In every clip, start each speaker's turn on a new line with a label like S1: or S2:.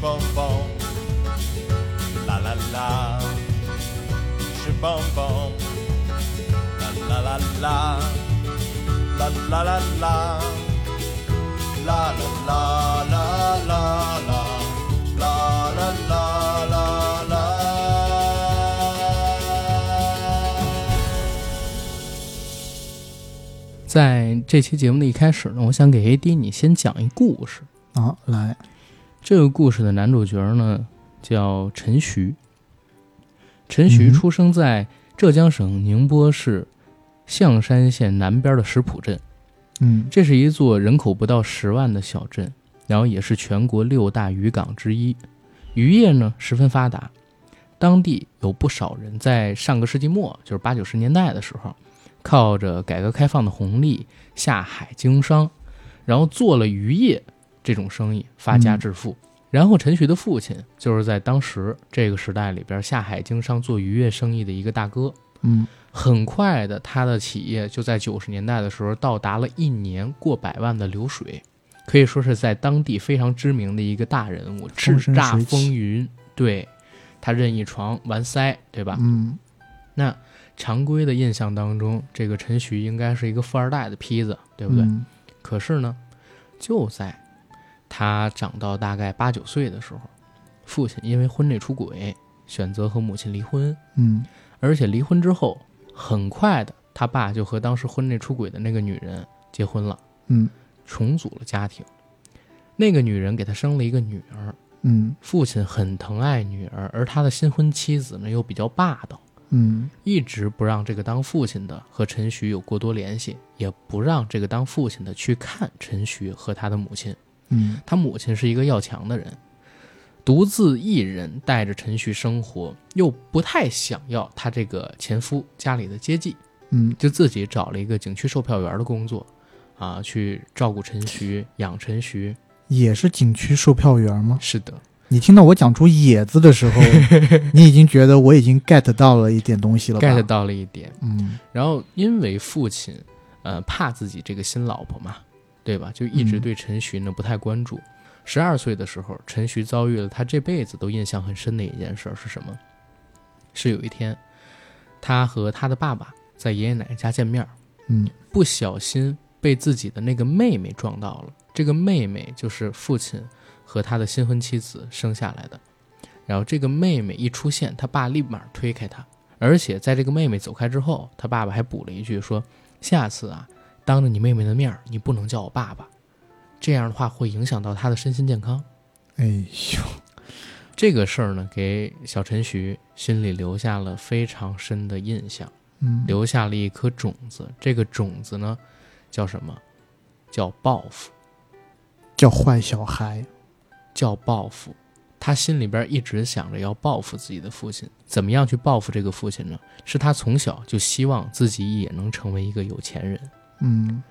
S1: 棒棒，啦啦啦，吃棒棒，啦啦啦啦，啦啦啦啦，啦啦啦啦啦啦，啦啦啦啦啦。
S2: 在这期节目的一开始呢，我想给 AD 你先讲一故事。
S3: 啊，来，
S2: 这个故事的男主角呢叫陈徐，陈徐
S3: 嗯
S2: 出生在浙江省宁波市象山县南边的石浦镇，
S3: 嗯
S2: 这是一座人口不到十万的小镇，然后也是全国六大渔港之一，渔业呢十分发达。当地有不少人在上个世纪末，就是八九十年代的时候，靠着改革开放的红利下海经商，然后做了渔业这种生意发家致富。然后陈徐的父亲就是在当时这个时代里边下海经商做渔业生意的一个大哥。
S3: 嗯
S2: 很快的，他的企业就在九十年代的时候到达了一年过百万的流水，可以说是在当地非常知名的一个大人物，叱
S3: 风生
S2: 咤
S3: 水起
S2: 风云。对，他任意床完塞，对吧？
S3: 嗯
S2: 那常规的印象当中，这个陈徐应该是一个富二代的坯子，对不对？
S3: 嗯
S2: 可是呢，就在他长到大概八九岁的时候，父亲因为婚内出轨，选择和母亲离婚。
S3: 嗯
S2: 而且离婚之后，很快的，他爸就和当时婚内出轨的那个女人结婚了，
S3: 嗯
S2: 重组了家庭。那个女人给他生了一个女儿，
S3: 嗯
S2: 父亲很疼爱女儿，而他的新婚妻子呢又比较霸道，
S3: 嗯
S2: 一直不让这个当父亲的和陈徐有过多联系，也不让这个当父亲的去看陈徐和他的母亲。
S3: 嗯
S2: 他母亲是一个要强的人，独自一人带着陈旭生活，又不太想要他这个前夫家里的接济，
S3: 嗯
S2: 就自己找了一个景区售票员的工作，啊，去照顾陈徐，养陈徐。
S3: 也是景区售票员吗？
S2: 是的，
S3: 你听到我讲出“野”字的 时候，你已经觉得我已经 get 到了一点东西了吧
S2: get 到了一点。
S3: 嗯
S2: 然后因为父亲，呃，怕自己这个新老婆嘛，对吧？就一直
S3: 嗯
S2: 对陈徐呢不太关注。十二岁的时候，陈徐遭遇了他这辈子都印象很深的一件事儿是什么？是有一天，他和他的爸爸在爷爷奶奶家见面儿，
S3: 嗯
S2: 不小心被自己的那个妹妹撞到了。这个妹妹就是父亲和他的新婚妻子生下来的。然后这个妹妹一出现，他爸立马推开她，而且在这个妹妹走开之后，他爸爸还补了一句说：“下次啊，当着你妹妹的面儿，你不能叫我爸爸，这样的话会影响到她的身心健康。
S3: 哎呦，”
S2: 这个事儿呢，给小陈徐心里留下了非常深的印象。
S3: 嗯
S2: 留下了一颗种子。这个种子呢，叫什么？叫报复，
S3: 叫坏小孩，
S2: 叫报复。他心里边一直想着要报复自己的父亲，怎么样去报复这个父亲呢？是他从小就希望自己也能成为一个有钱人，
S3: 嗯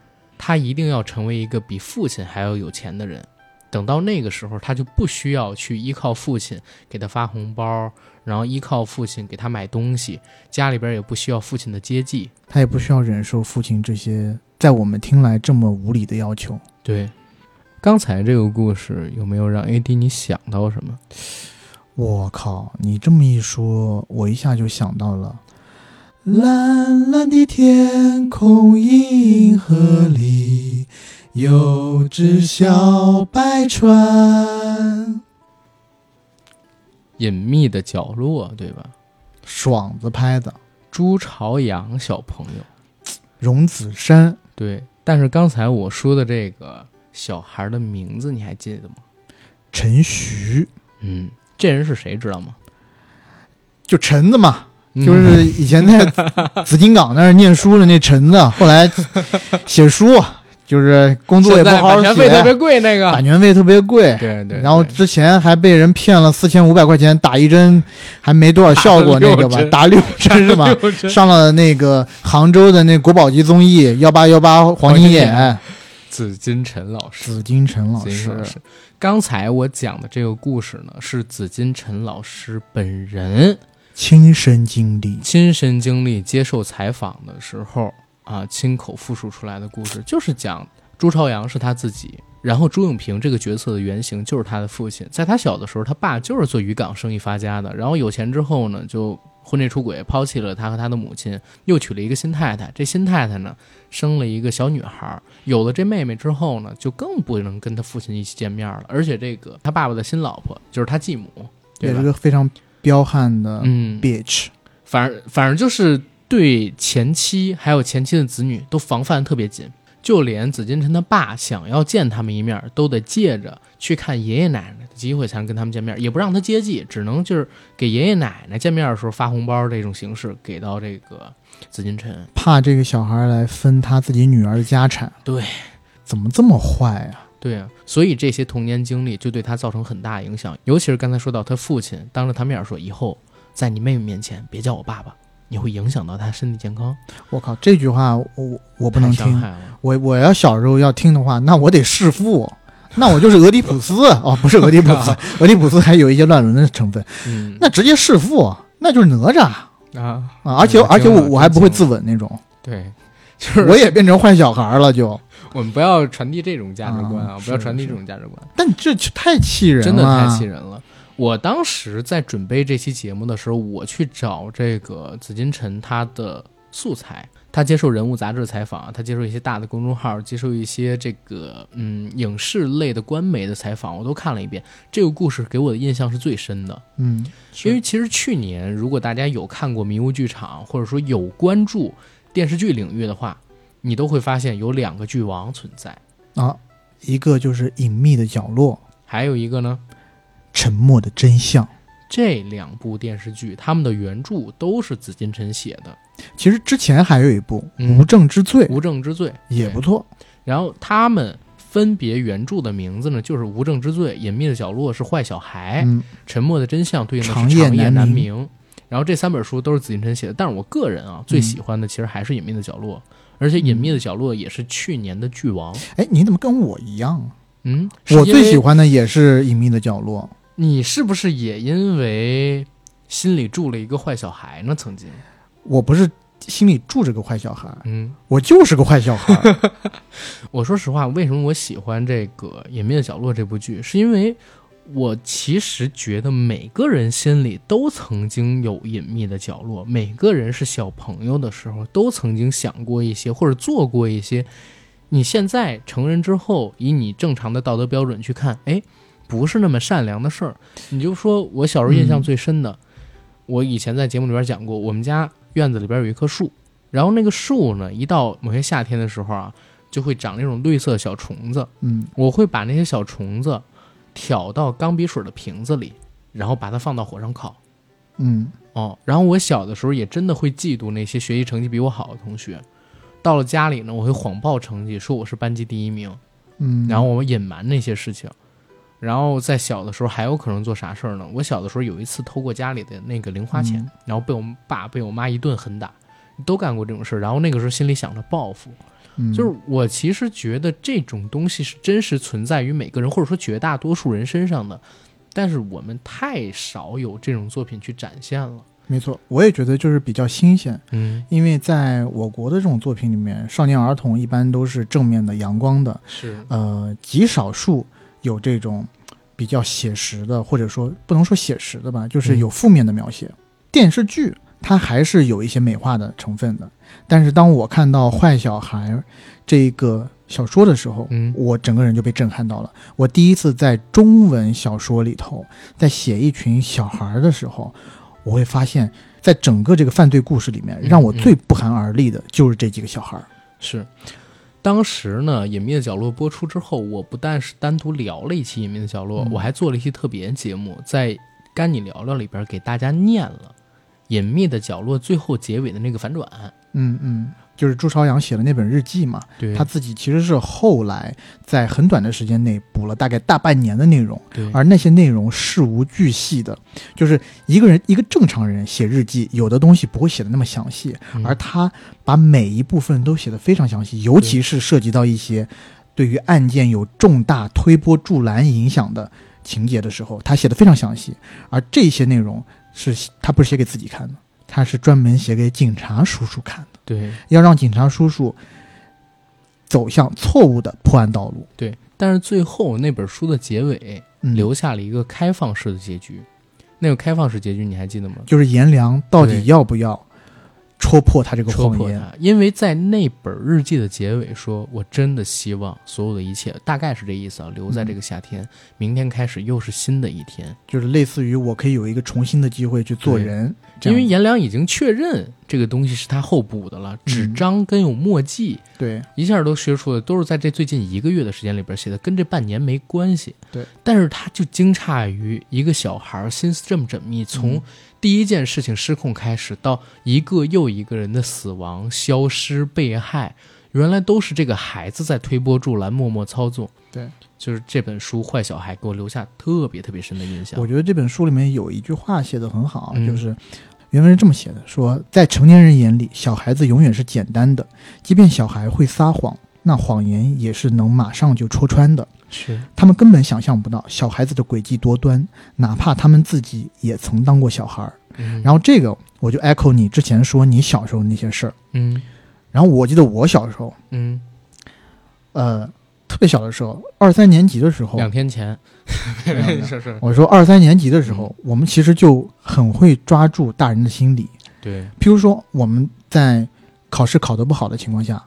S2: 他一定要成为一个比父亲还要有钱的人。等到那个时候，他就不需要去依靠父亲给他发红包，然后依靠父亲给他买东西，家里边也不需要父亲的接济，
S3: 他也不需要忍受父亲这些在我们听来这么无理的要求。
S2: 对，刚才这个故事有没有让 AD 你想到什么？
S3: 我靠，你这么一说，我一下就想到了。蓝蓝的天空，银河里有只小白船，
S2: 隐秘的角落，对吧？
S3: 爽子拍的，
S2: 朱朝阳小朋友，
S3: 荣子杉，
S2: 对。但是刚才我说的这个小孩的名字你还记得吗？
S3: 陈徐，
S2: 嗯，这人是谁知道吗？
S3: 就陈子嘛，
S2: 嗯
S3: 就是以前在紫金港那儿念书的那陈子，啊 后来写书，啊就是工作
S2: 现
S3: 也不
S2: 在
S3: 好好
S2: 版权，
S3: 写
S2: 费特别贵啊那
S3: 版
S2: 个，
S3: 权费特别贵。
S2: 对对。
S3: 然后
S2: 对
S3: 之前还被人骗了四千五百块钱，打一针还没多少效果那个吧，打六针 是吧？
S2: 六针
S3: 上了那个杭州的那国宝级综艺幺八幺八黄金眼，
S2: 紫金陈老师，
S3: 紫金陈老
S2: 紫金陈老
S3: 师，
S2: 师。刚才我讲的这个故事呢，是紫金陈老师本人
S3: 亲身经历。
S2: 亲身经历接受采访的时候啊，亲口复述出来的故事，就是讲朱朝阳是他自己然后朱永平这个角色的原型就是他的父亲，在他小的时候，他爸就是做渔港生意发家的，然后有钱之后呢，就婚内出轨，抛弃了他和他的母亲，又娶了一个新太太。这新太太呢，生了一个小女孩儿。有了这妹妹之后呢，就更不能跟他父亲一起见面了。而且这个他爸爸的新老婆就是他继母，对
S3: 也
S2: 吧
S3: 是？个非常彪悍的
S2: 嗯，
S3: bitch。
S2: 反正反正就是对前妻还有前妻的子女都防范特别紧，就连紫金陈他爸想要见他们一面，都得借着去看爷爷奶奶的机会才能跟他们见面，也不让他接济，只能就是给爷爷奶奶见面的时候发红包这种形式给到这个紫金陈。
S3: 怕这个小孩来分他自己女儿的家产。
S2: 对，
S3: 怎么这么坏呀、
S2: 对啊，所以这些童年经历就对他造成很大影响，尤其是刚才说到他父亲当着他面说，以后在你妹妹面前别叫我爸爸，你会影响到她身体健康，
S3: 我靠，这句话我我我
S2: 我
S3: 不能
S2: 伤
S3: 听。
S2: 害了。
S3: 我我要小时候要听的话，那我得弑父，那我就是俄狄浦斯 哦，不是俄狄浦 斯，
S2: 啊
S3: 俄狄浦斯还有一些乱伦的成分，
S2: 嗯，
S3: 那直接弑父，那就是哪吒啊！
S2: 啊，
S3: 而且
S2: 嗯
S3: 而且
S2: 真
S3: 我
S2: 的
S3: 我还不会
S2: 真
S3: 自
S2: 的
S3: 刎那种，
S2: 对，就是
S3: 我也变成坏小孩了就。
S2: 我们不要传递这种价值观啊，
S3: 啊
S2: 不要
S3: 是
S2: 传递
S3: 是
S2: 这种价值观，
S3: 但这这太气人了，啊
S2: 真的太气。人了。我当时在准备这期节目的时候，我去找这个紫金陈他的素材，他接受《人物》杂志采访，啊他接受一些大的公众号，接受一些这个嗯影视类的官媒的采访，我都看了一遍。这个故事给我的印象是最深的，
S3: 嗯，
S2: 因为其实去年，如果大家有看过迷雾剧场，或者说有关注电视剧领域的话，你都会发现有两个剧王存在，
S3: 啊，一个就是隐秘的角落，
S2: 还有一个呢，
S3: 沉默的真相。
S2: 这两部电视剧他们的原著都是紫金陈写的
S3: 其实之前还有一部
S2: 嗯
S3: 《无证之罪》，
S2: 《无证之罪》，
S3: 也
S2: 对
S3: 不错。
S2: 然后他们分别原著的名字呢，就是《无证之罪》，《隐秘的角落》是坏小孩，
S3: 嗯，
S2: 沉默的真相》对应的是
S3: 长
S2: 长
S3: 夜
S2: 夜
S3: 难
S2: 难
S3: 明
S2: 明。然后这三本书都是紫金陈写的，但是我个人啊
S3: 嗯
S2: 最喜欢的其实还是《隐秘的角落》，而且《隐秘的角落》也是去年的剧王。
S3: 哎，你怎么跟我一样啊？
S2: 嗯，是
S3: 我
S2: 因
S3: 最喜
S2: 为
S3: 欢的也是《隐秘的角落
S2: 你是不是也因为心里住了一个坏小孩呢？曾经，》。
S3: 我不是心里住着个坏小孩，
S2: 嗯，
S3: 我就是个坏 小孩。
S2: 我说实话，为什么我喜欢这个《隐秘的角落》这部剧，是因为我其实觉得每个人心里都曾经有隐秘的角落，每个人是小朋友的时候都曾经想过一些或者做过一些，你现在成人之后，以你正常的道德标准去看，哎，不是那么善良的事儿。你就说我小时候印象最深的，我以前在节目里边讲过，我们家院子里边有一棵树，然后那个树呢，一到某些夏天的时候啊。就会长那种绿色小虫子。
S3: 嗯，
S2: 我会把那些小虫子挑到钢笔水的瓶子里，然后把它放到火上烤。
S3: 嗯，
S2: 哦，然后我小的时候也真的会嫉妒那些学习成绩比我好的同学。到了家里呢，我会谎报成绩，说我是班级第一名，
S3: 嗯，
S2: 然后我隐瞒那些事情。然后在小的时候还有可能做啥事儿呢？我小的时候有一次偷过家里的那个零花钱，
S3: 嗯
S2: 然后被我爸被我妈一顿狠打，都干过这种事儿。然后那个时候心里想着报复，
S3: 嗯
S2: 就是我其实觉得这种东西是真实存在于每个人，或者说绝大多数人身上的，但是我们太少有这种作品去展现了。
S3: 没错，我也觉得就是比较新鲜，
S2: 嗯，
S3: 因为在我国的这种作品里面，少年儿童一般都是正面的、阳光的，
S2: 是，
S3: 呃，极少数有这种比较写实的，或者说不能说写实的吧，
S2: 嗯
S3: 就是有负面的描写。电视剧它还是有一些美化的成分的，但是当我看到《坏小孩》这个小说的时候，
S2: 嗯
S3: 我整个人就被震撼到了。我第一次在中文小说里头，在写一群小孩儿的时候，我会发现。在整个这个犯罪故事里面，
S2: 嗯
S3: 让我
S2: 嗯
S3: 最不寒而栗的就是这几个小孩儿。
S2: 是。当时呢，《隐秘的角落》播出之后，我不但是单独聊了一期《隐秘的角落》，
S3: 嗯
S2: 我还做了一期特别节目，在《跟你聊聊》里边给大家念了《隐秘的角落》最后结尾的那个反转。
S3: 嗯嗯，就是朱朝阳写的那本日记嘛，
S2: 对
S3: 他自己其实是后来在很短的时间内补了大概大半年的内容，
S2: 对，
S3: 而那些内容事无巨细的，就是一个人一个正常人写日记，有的东西不会写的那么详细，
S2: 嗯
S3: 而他把每一部分都写的非常详细，尤其是涉及到一些对于案件有重大推波助澜影响的情节的时候，他写的非常详细，而这些内容是他不是写给自己看的，他是专门写给警察叔叔看的。
S2: 对
S3: 要让警察叔叔走向错误的破案道路。
S2: 对，但是最后那本书的结尾
S3: 嗯
S2: 留下了一个开放式的结局，那个开放式结局你还记得吗？
S3: 就是颜良到底
S2: 对
S3: 要不要戳破他这个
S2: 戳
S3: 谎
S2: 破
S3: 言？
S2: 它，因为在那本日记的结尾说，我真的希望所有的一切，大概是这意思啊，留在
S3: 嗯
S2: 这个夏天，明天开始又是新的一天。
S3: 就是类似于我可以有一个重新的机会去做人，这
S2: 因
S3: 样
S2: 为颜良已经确认这个东西是他后补的了，
S3: 嗯
S2: 纸张跟有墨迹，
S3: 对
S2: 一下都学出了，都是在这最近一个月的时间里边写的，跟这半年没关系。
S3: 对，
S2: 但是他就惊诧于一个小孩儿心思这么缜密，从
S3: 嗯
S2: 第一件事情失控开始，到一个又一个人的死亡、消失、被害，原来都是这个孩子在推波助澜、默默操纵。
S3: 对，
S2: 就是这本书《坏小孩》给我留下特别特别深的印象
S3: 我。觉得这本书里面有一句话写的很好，
S2: 嗯
S3: 就是原文是这么写的：说在成年人眼里，小孩子永远是简单的，即便小孩会撒谎，那谎言也是能马上就戳穿的。
S2: 是，
S3: 他们根本想象不到小孩子的诡计多端，哪怕他们自己也曾当过小孩儿。
S2: 嗯、
S3: 然后这个我就 echo 你之前说你小时候那些事儿。
S2: 嗯
S3: 然后我记得我小时候，
S2: 嗯，
S3: 呃，特别小的时候，二三年级的时候，呃
S2: 两天前，
S3: 没有没有
S2: 是是，
S3: 我说二三年级的时候，我们其实就很会抓住大人的心理。
S2: 对，
S3: 譬如说，我们在考试考得不好的情况下，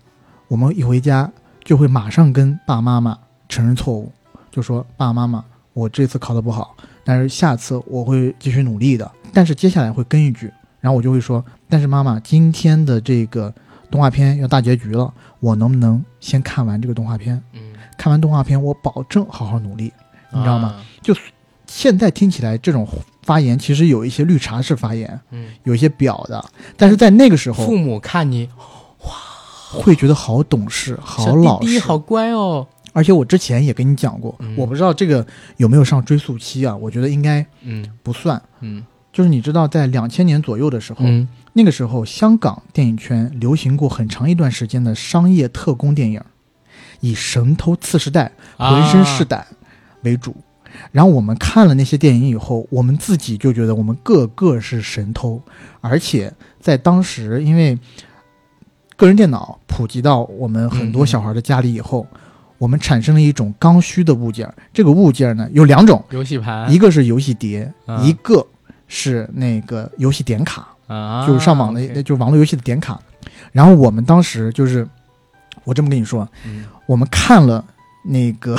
S3: 我们一回家就会马上跟爸妈妈承认错误，就说爸妈妈，我这次考得不好，但是下次我会继续努力的。但是接下来会跟一句，然后我就会说，但是妈妈，今天的这个动画片要大结局了，我能不能先看完这个动画片？
S2: 嗯，
S3: 看完动画片，我保证好好努力。你知道吗
S2: 啊？
S3: 现在听起来这种发言其实有一些绿茶式发言，
S2: 嗯，
S3: 有一些表的，但是在那个时
S2: 父
S3: 候
S2: 母看你
S3: 会觉得好懂事、好
S2: 小
S3: 老
S2: 弟弟
S3: 实。
S2: 好乖哦。
S3: 而且我之前也跟你讲过，
S2: 嗯
S3: 我不知道这个有没有上追溯期啊？我觉得应该
S2: 嗯
S3: 不算。
S2: 嗯
S3: 就是你知道，在两千年左右的时候，
S2: 嗯
S3: 那个时候香港电影圈流行过很长一段时间的商业特工电影，以神偷次世代
S2: 啊
S3: 浑身是胆为主。然后我们看了那些电影以后，我们自己就觉得我们个个是神偷，而且在当时，因为个人电脑普及到我们很多小孩的家里以后，我们产生了一种刚需的物件儿。这个物件儿呢有两种，
S2: 游戏盘，
S3: 一个是游戏碟，
S2: 哎啊
S3: 一个是那个游戏点卡。
S2: 啊，
S3: 就是上网的，
S2: OK
S3: 就是网络游戏的点卡。然后我们当时就是，我这么跟你说，
S2: 嗯
S3: 我们看了那个，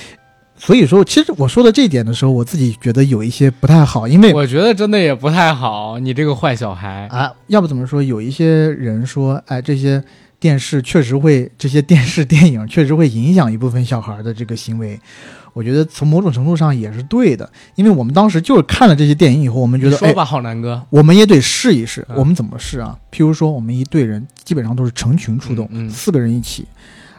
S3: 所以说，其实我说到这一点的时候，我自己觉得有一些不太好，因为
S2: 我觉得真的也不太好，你这个坏小孩。
S3: 啊，要不怎么说，有一些人说，哎，这些电视确实会，这些电视电影 确实会影响一部分小孩的这个行为。我觉得从某种程度上也是对的，因为我们当时就是看了这些电影以后，我们觉得，
S2: 你说
S3: 哎，
S2: 吧，浩南哥，
S3: 我们也得试一试。
S2: 嗯
S3: 我们怎么试啊？譬如说，我们一队人基本上都是成群出动，
S2: 嗯嗯
S3: 四个人一起。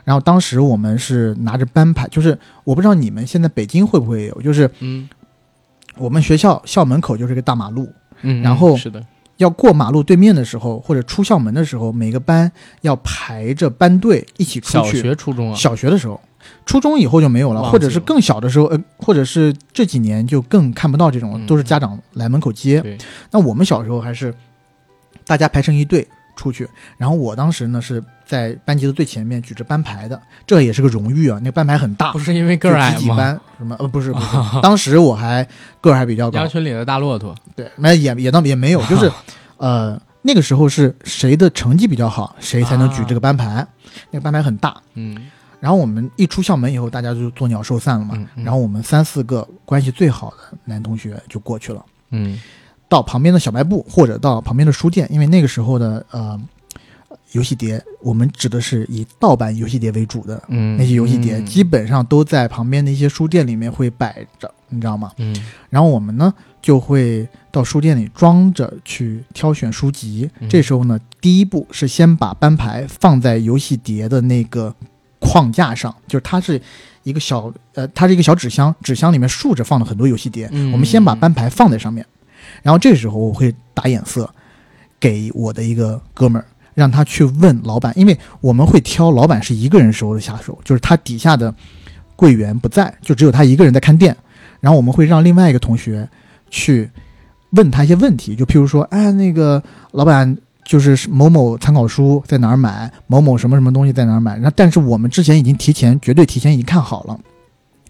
S3: 然后当时我们是拿着班牌，就是我不知道你们现在北京会不会有，就是
S2: 嗯
S3: 我们学校校门口就是个大马路，
S2: 嗯，
S3: 然后
S2: 嗯是的，
S3: 要过马路对面的时候，或者出校门的时候，每个班要排着班队一起出
S2: 小
S3: 去。
S2: 学、初中啊，
S3: 小学的时候，初中以后就没有了，
S2: 忘记了
S3: 或者是更小的时候，呃，或者是这几年就更看不到这种了，
S2: 嗯
S3: 都是家长来门口接。
S2: 对，
S3: 那我们小时候还是大家排成一队出去，然后我当时呢是在班级的最前面举着班牌的，这也是个荣誉啊，那个班牌很大
S2: 不，是因为个
S3: 就
S2: 儿矮
S3: 几几
S2: 吗？
S3: 班什么呃不是不是， 当时我还个儿还比较高
S2: 羊，群里的大骆驼，
S3: 对，没也也倒也没有， 就是呃那个时候是谁的成绩比较好，谁才能举
S2: 啊
S3: 这个班牌，那个班牌很大。
S2: 嗯
S3: 然后我们一出校门以后，大家就作鸟兽散了嘛。
S2: 嗯嗯
S3: 然后我们三四个关系最好的男同学就过去了。
S2: 嗯
S3: 到旁边的小卖部或者到旁边的书店，因为那个时候的呃游戏碟，我们指的是以盗版游戏碟为主的
S2: 嗯，
S3: 那些游戏碟，
S2: 嗯
S3: 基本上都在旁边的一些书店里面会摆着，你知道吗？
S2: 嗯
S3: 然后我们呢就会到书店里装着去挑选书籍。
S2: 嗯
S3: 这时候呢，第一步是先把班牌放在游戏碟的那个框架上，就是它是一个小呃，它是一个小纸箱，纸箱里面竖着放了很多游戏碟。
S2: 嗯
S3: 我们先把班牌放在上面，然后这时候我会打眼色给我的一个哥们儿。让他去问老板，因为我们会挑老板是一个人时候的下手，就是他底下的柜员不在，就只有他一个人在看店。然后我们会让另外一个同学去问他一些问题，就譬如说，哎，那个老板，就是某某参考书在哪儿买，某某什么什么东西在哪儿买。然后，但是我们之前已经提前，绝对提前已经看好了，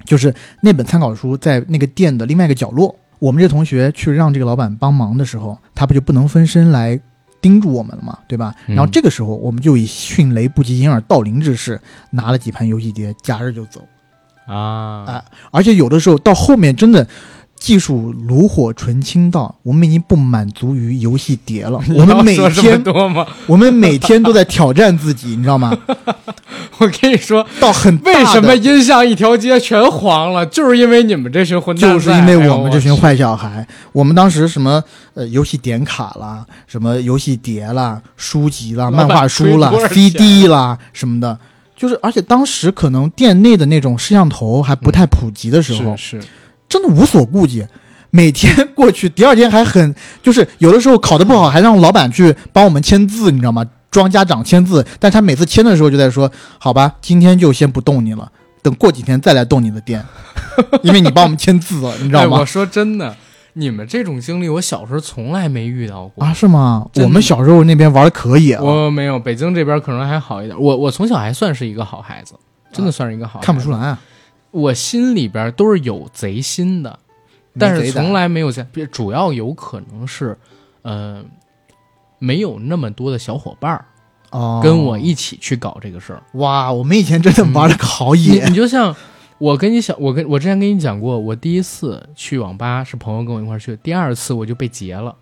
S3: 就是那本参考书在那个店的另外一个角落。我们这同学去让这个老板帮忙的时候，他不就不能分身来盯住我们了嘛，对吧？
S2: 嗯
S3: 然后这个时候，我们就以迅雷不及掩耳盗铃之势，拿了几盘游戏碟，夹着就走。
S2: 啊
S3: 啊而且有的时候到后面真的。技术炉火纯青到我们已经不满足于游戏碟 了，我们每
S2: 要说这
S3: 天
S2: 么多吗？
S3: 我们每天都在挑战自己，你知道吗？
S2: 我跟你说，
S3: 到很大的
S2: 为什么音像一条街全黄了？就是因为你们这群混蛋在，
S3: 就是因为
S2: 哎呦
S3: 我们这群坏小孩，我们当时什么呃游戏点卡啦，什么游戏碟啦、书籍啦、
S2: 老
S3: 漫
S2: 板
S3: 画书啦
S2: 推多、少钱
S3: CD 啦什么的，就是而且当时可能店内的那种摄像头还不太普及的时候，
S2: 是是，
S3: 真的无所顾忌。每天过去，第二天还很 就是有的时候考得不好，还让老板去帮我们签字，你知道吗？装家长签字，但他每次签的时候就在说：“好吧，今天就先不动你了，等过几天再来动你的店， 因为你帮我们签字了，你知道
S2: 哎，
S3: 吗
S2: 我说真的，你们这种经历，我小时候从来没遇到？”过。
S3: 啊，是吗？
S2: 真的
S3: 我们小时候那边玩的可啊野了，
S2: 我没有，北京这边可能还好一点。我我从小还算是一个好孩子，真的算是一个好孩子。
S3: 啊看不出来啊。
S2: 我心里边都是有贼心的，但是从来没有在，别主要有可能是，呃，没有那么多的小伙伴儿
S3: 哦，
S2: 跟我一起去搞这个事儿。
S3: 哇，我们以前真的玩的好
S2: 你
S3: 野
S2: 你就像我跟你讲，我跟我之前跟你讲过，我第一次去网吧是朋友跟我一块儿去，第二次我就被劫了，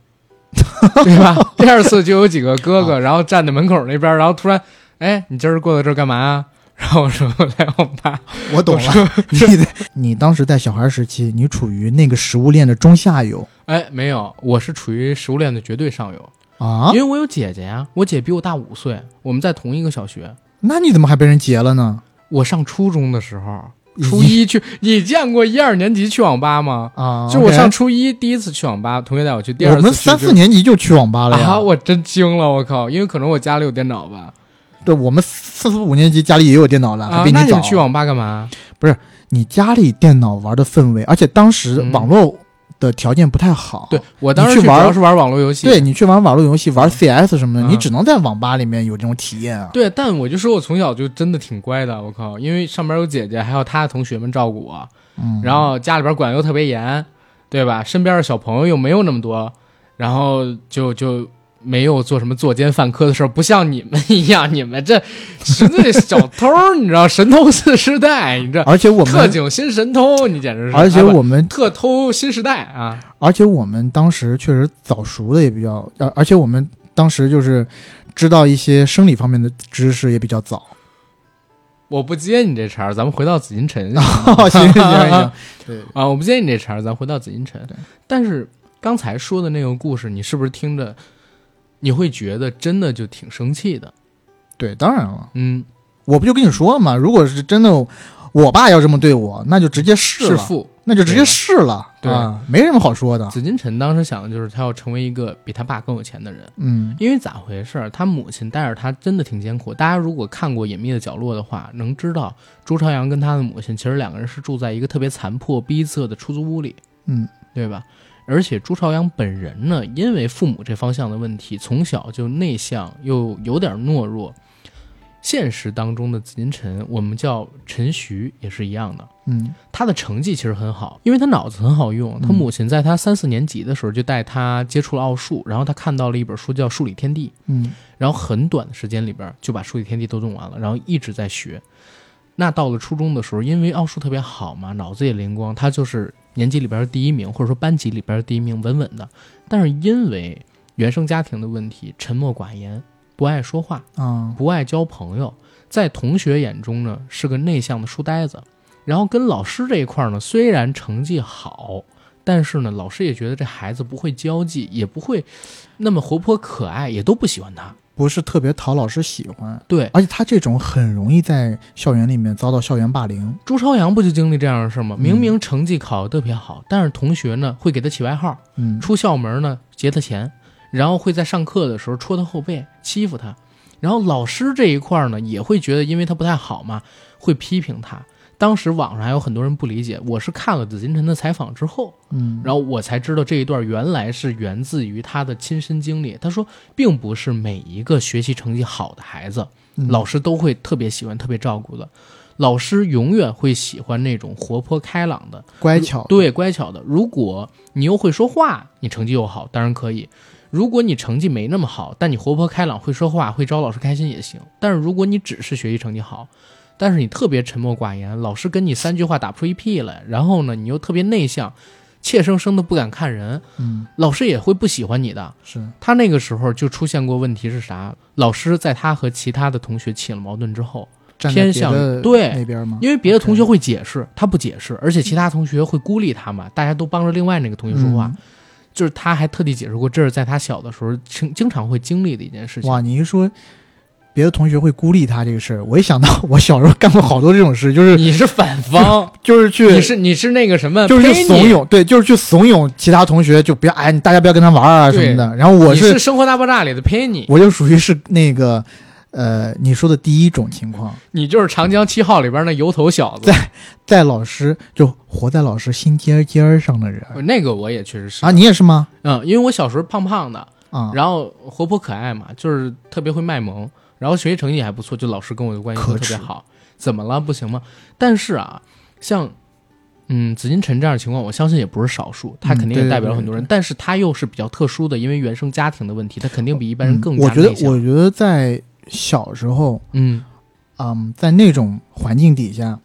S2: 对吧？ 第二次就有几个哥哥，然后站在门口那边儿，然后突然，哎，你今儿过来这儿干嘛啊？ 然后我说我来网吧，
S3: 我懂了。 你在你当时在小孩时期，你处于那个食物链的中下游
S2: 哎，没有，我是处于食物链的绝对上游，
S3: 啊
S2: 因为我有姐姐呀、我姐比我大五岁，我们在同一个小学。
S3: 那你怎么还被人劫了呢？
S2: 我上初中的时候，
S3: 已
S2: 初一去，你见过一二年级去网吧吗？
S3: 啊，
S2: 就我
S3: OK
S2: 上初一第一次去网吧，同学带我去，第
S3: 我
S2: 二次
S3: 们
S2: 去
S3: 三
S2: 就
S3: 四年级就去网吧了呀。
S2: 啊，我真惊了，我靠！因为可能我家里有电脑吧，
S3: 对，我们四四五年级家里也有电脑了，
S2: 啊
S3: 还，比
S2: 那
S3: 你
S2: 你
S3: 早。
S2: 们去网吧干嘛？
S3: 你家里电脑玩的氛围，而且当时
S2: 嗯
S3: 网络的条件不太好。
S2: 对我当时
S3: 哦你去
S2: 主
S3: 玩
S2: 要是玩网络游戏，
S3: 对，你去玩网络游戏、玩 CS 什么的，
S2: 嗯
S3: 你只能在网吧里面有这种体验啊。
S2: 对，但我就说我从小就真的挺乖的，我靠！因为上边有姐姐，还有她的同学们照顾我，
S3: 嗯，
S2: 然后家里边管得又特别严，对吧？身边的小朋友又没有那么多，然后就就没有做什么作奸犯科的事儿，不像你们一样，你们这纯粹小偷儿，你知道神偷四世代，你这
S3: 而且我
S2: 啊特
S3: 们，
S2: 警新神偷，你简直是！
S3: 而且
S2: 哎不
S3: 我们，
S2: 特偷新时代啊，
S3: 而且我们当时确实早熟的也比较，而而且我们当时就是知道一些生理方面的知识也比较 早。
S2: 我不接你这茬儿，咱们回到紫禁 城
S3: 行 行行行，对。
S2: 啊，我不接你这茬儿，咱回到紫禁城。但是刚才说的那个故事，你是不是听着，你会觉得真的就挺生气的？
S3: 对，当然了，
S2: 嗯，
S3: 我不就跟你说了吗？如果是真的，我爸要这么对我，那就直接试
S2: 弑
S3: 了，
S2: 父。
S3: 那就直接试了，
S2: 对
S3: 啊，没什么好说的。
S2: 紫禁城当时想的就是他要成为一个比他爸更有钱的人，
S3: 嗯，
S2: 因为咋回事儿？他母亲带着他真的挺艰苦。大家如果看过《隐秘的角落》的话，能知道朱朝阳跟他的母亲其实两个人是住在一个特别残破逼仄的出租屋里，
S3: 嗯，
S2: 对吧？而且朱朝阳本人呢，因为父母这方向的问题，从小就内向又有点懦弱。现实当中的紫金陈，我们叫陈徐也是一样的。
S3: 嗯
S2: 他的成绩其实很好，因为他脑子很好用。他
S3: 嗯
S2: 母亲在他三四年级的时候就带他接触了奥数，然后他看到了一本书叫《数理天地》，
S3: 嗯
S2: 然后很短的时间里边就把《数理天地》都弄完了，然后一直在学。那到了初中的时候，因为奥数特别好嘛，脑子也灵光，他就是年级里边第一名，或者说班级里边第一名，稳稳的。但是因为原生家庭的问题，沉默寡言，不爱说话，
S3: 啊，
S2: 不爱交朋友，在同学眼中呢是个内向的书呆子。然后跟老师这一块儿呢，虽然成绩好，但是呢，老师也觉得这孩子不会交际，也不会那么活泼可爱，也都不喜欢他。
S3: 不是特别讨老师喜欢，
S2: 对，
S3: 而且他这种很容易在校园里面遭到校园霸凌。
S2: 朱朝阳不就经历这样的事吗？
S3: 嗯
S2: 明明成绩考得特别好，但是同学呢会给他起外号，
S3: 嗯
S2: 出校门呢劫他钱，然后会在上课的时候戳他后背，欺负他。然后老师这一块儿呢，也会觉得因为他不太好嘛，会批评他。当时网上还有很多人不理解，我是看了紫金陈的采访之后，
S3: 嗯，
S2: 然后我才知道这一段原来是源自于他的亲身经历。他说，并不是每一个学习成绩好的孩子，
S3: 嗯
S2: 老师都会特别喜欢、特别照顾的。老师永远会喜欢那种活泼开朗的，
S3: 乖巧，
S2: 对，乖巧的。如果你又会说话，你成绩又好，当然可以；如果你成绩没那么好，但你活泼开朗，会说话，会招老师开心也行。但是如果你只是学习成绩好，但是你特别沉默寡言，老师跟你三句话打不出一屁来，然后呢，你又特别内向，怯生生的不敢看人，
S3: 嗯，
S2: 老师也会不喜欢你的。
S3: 是，
S2: 他那个时候就出现过问题是啥？老师在他和其他的同学起了矛盾之后，
S3: 站在
S2: 偏
S3: 别
S2: 向
S3: 的
S2: 对
S3: 那边吗？
S2: 因为别的同学会解释，他不解释，而且其他同学会孤立他嘛，大家都帮着另外那个同学说
S3: 嗯
S2: 话。就是他还特地解释过，这是在他小的时候经经常会经历的一件事
S3: 嗯
S2: 情。
S3: 哇，你一说别的同学会孤立他这个事儿，我一想到我小时候干过好多这种事，就是
S2: 你是反方，
S3: 就是去
S2: 你是你是那个什么，
S3: 就是去
S2: 呸
S3: 怂
S2: 呃你，
S3: 恿，对，就是去怂恿其他同学就不要哎，你大家不要跟他玩儿啊什么的。然后我
S2: 你
S3: 是
S2: 是《生活大爆炸》里的呸你，
S3: 我就属于是那个呃你说的第一种情况，
S2: 你就是《长江七号》里边那油头小子。
S3: 在老师就活在老师心尖儿尖儿上的人
S2: 那个我也确实是
S3: 啊，你也是吗？
S2: 嗯，因为我小时候胖胖的，
S3: 啊，
S2: 然后活泼可爱嘛，就是特别会卖萌，然后学习成绩也还不错，就老师跟我的关系都
S3: 可
S2: 特别
S3: 耻
S2: 好。怎么了？不行吗？但是啊，像嗯紫金陈这样的情况，我相信也不是少数，他
S3: 嗯
S2: 肯定
S3: 对
S2: 也
S3: 对
S2: 代表了
S3: 对
S2: 很多
S3: 对
S2: 人，但是他又是比较特殊的，因为原生家庭的问题，他肯定比一般人
S3: 嗯
S2: 更加
S3: 我觉得
S2: 内，向
S3: 我觉得在小时候，
S2: 嗯
S3: 嗯，在那种环境底下，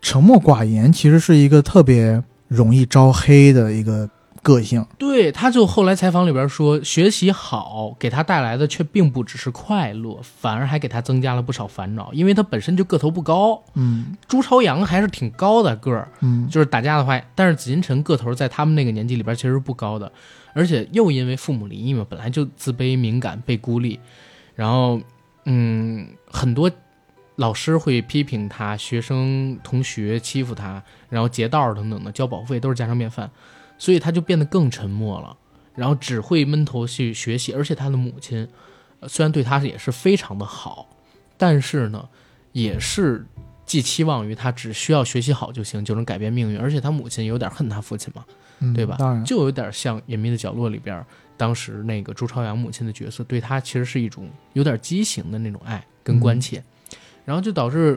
S3: 沉默寡言其实是一个特别容易招黑的一个个性。
S2: 对，他就后来采访里边说，学习好给他带来的却并不只是快乐，反而还给他增加了不少烦恼，因为他本身就个头不高，
S3: 嗯
S2: 朱朝阳还是挺高的个儿，
S3: 嗯，
S2: 就是打架的话，但是紫金陈个头在他们那个年纪里边其实是不高的，而且又因为父母离异嘛，本来就自卑、敏感、被孤立，然后嗯，很多老师会批评他，学生同学欺负他，然后劫道儿等等的交保费都是家常便饭，所以他就变得更沉默了，然后只会闷头去学习，而且他的母亲呃虽然对他也是非常的好，但是呢，也是寄期望于他只需要学习好就行，就能改变命运。而且他母亲有点恨他父亲嘛，
S3: 嗯
S2: 对吧
S3: 当然，
S2: 就有点像《隐秘的角落》里边当时那个朱朝阳母亲的角色，对他其实是一种有点畸形的那种爱跟关切，然后就导致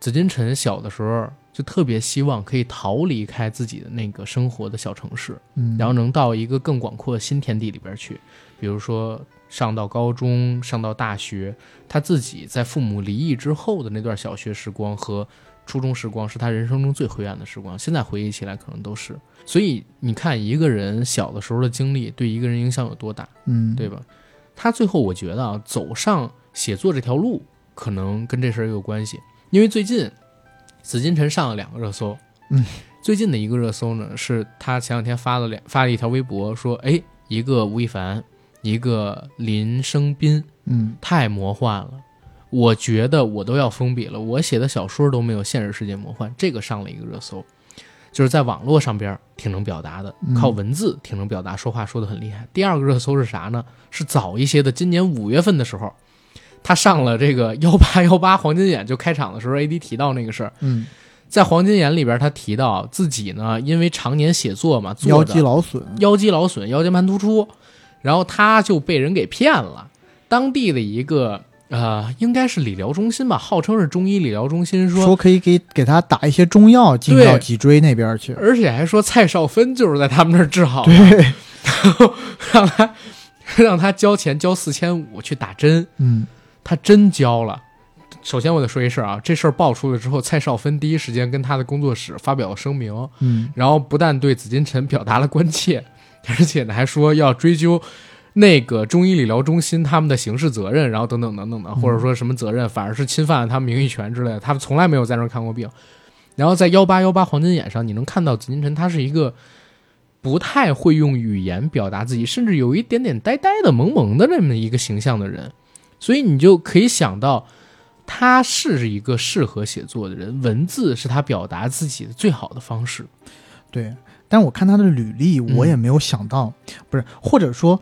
S2: 紫金陈小的时候就特别希望可以逃离开自己的那个生活的小城市，
S3: 嗯，
S2: 然后能到一个更广阔的新天地里边去，比如说上到高中，上到大学，他自己在父母离异之后的那段小学时光和初中时光，是他人生中最灰暗的时光。现在回忆起来，可能都是。所以你看，一个人小的时候的经历对一个人影响有多大，
S3: 嗯，
S2: 对吧？他最后我觉得啊，走上写作这条路，可能跟这事儿也有关系。因为最近紫金陈上了两个热搜，
S3: 嗯，
S2: 最近的一个热搜呢是他前两天发了两发了一条微博说，哎，一个吴亦凡，一个林生斌，
S3: 嗯
S2: 太魔幻了。我觉得我都要封笔了，我写的小说都没有现实世界魔幻。这个上了一个热搜，就是在网络上边儿挺能表达的，
S3: 嗯
S2: 靠文字挺能表达，说话说的很厉害。第二个热搜是啥呢？是早一些的，今年五月份的时候，他上了这个 幺八幺八黄金眼，就开场的时候 AD 提到那个事儿，
S3: 嗯，
S2: 在黄金眼里边他提到自己呢，因为常年写作嘛，
S3: 腰
S2: 做的
S3: 肌劳损，
S2: 腰肌劳损、腰间盘突出，然后他就被人给骗了。当地的一个呃，应该是理疗中心吧，号称是中医理疗中心说，
S3: 说可以给给他打一些中药进
S2: 对
S3: 到脊椎那边去。
S2: 而且还说蔡少芬就是在他们那儿治好的，然后让他 让他交钱交四千五去打针，
S3: 嗯
S2: 他真交了。首先我得说一事儿啊，这事儿爆出了之后，蔡少芬第一时间跟他的工作室发表了声明，
S3: 嗯，
S2: 然后不但对紫金陈表达了关切， 而且呢还说要追究那个中医理疗中心他们的刑事责任，然后等等等等的，或者说什么责任，反而是侵犯了他们名誉权之类的。他们从来没有在那儿看过病。然后在幺八幺八黄金眼上，你能看到紫金陈他是一个不太会用语言表达自己，甚至有一点点呆呆的、萌萌的这么一个形象的人，所以你就可以想到。他是一个适合写作的人，文字是他表达自己的最好的方式。
S3: 对。但我看他的履历，
S2: 嗯
S3: 我也没有想到，不是，或者说，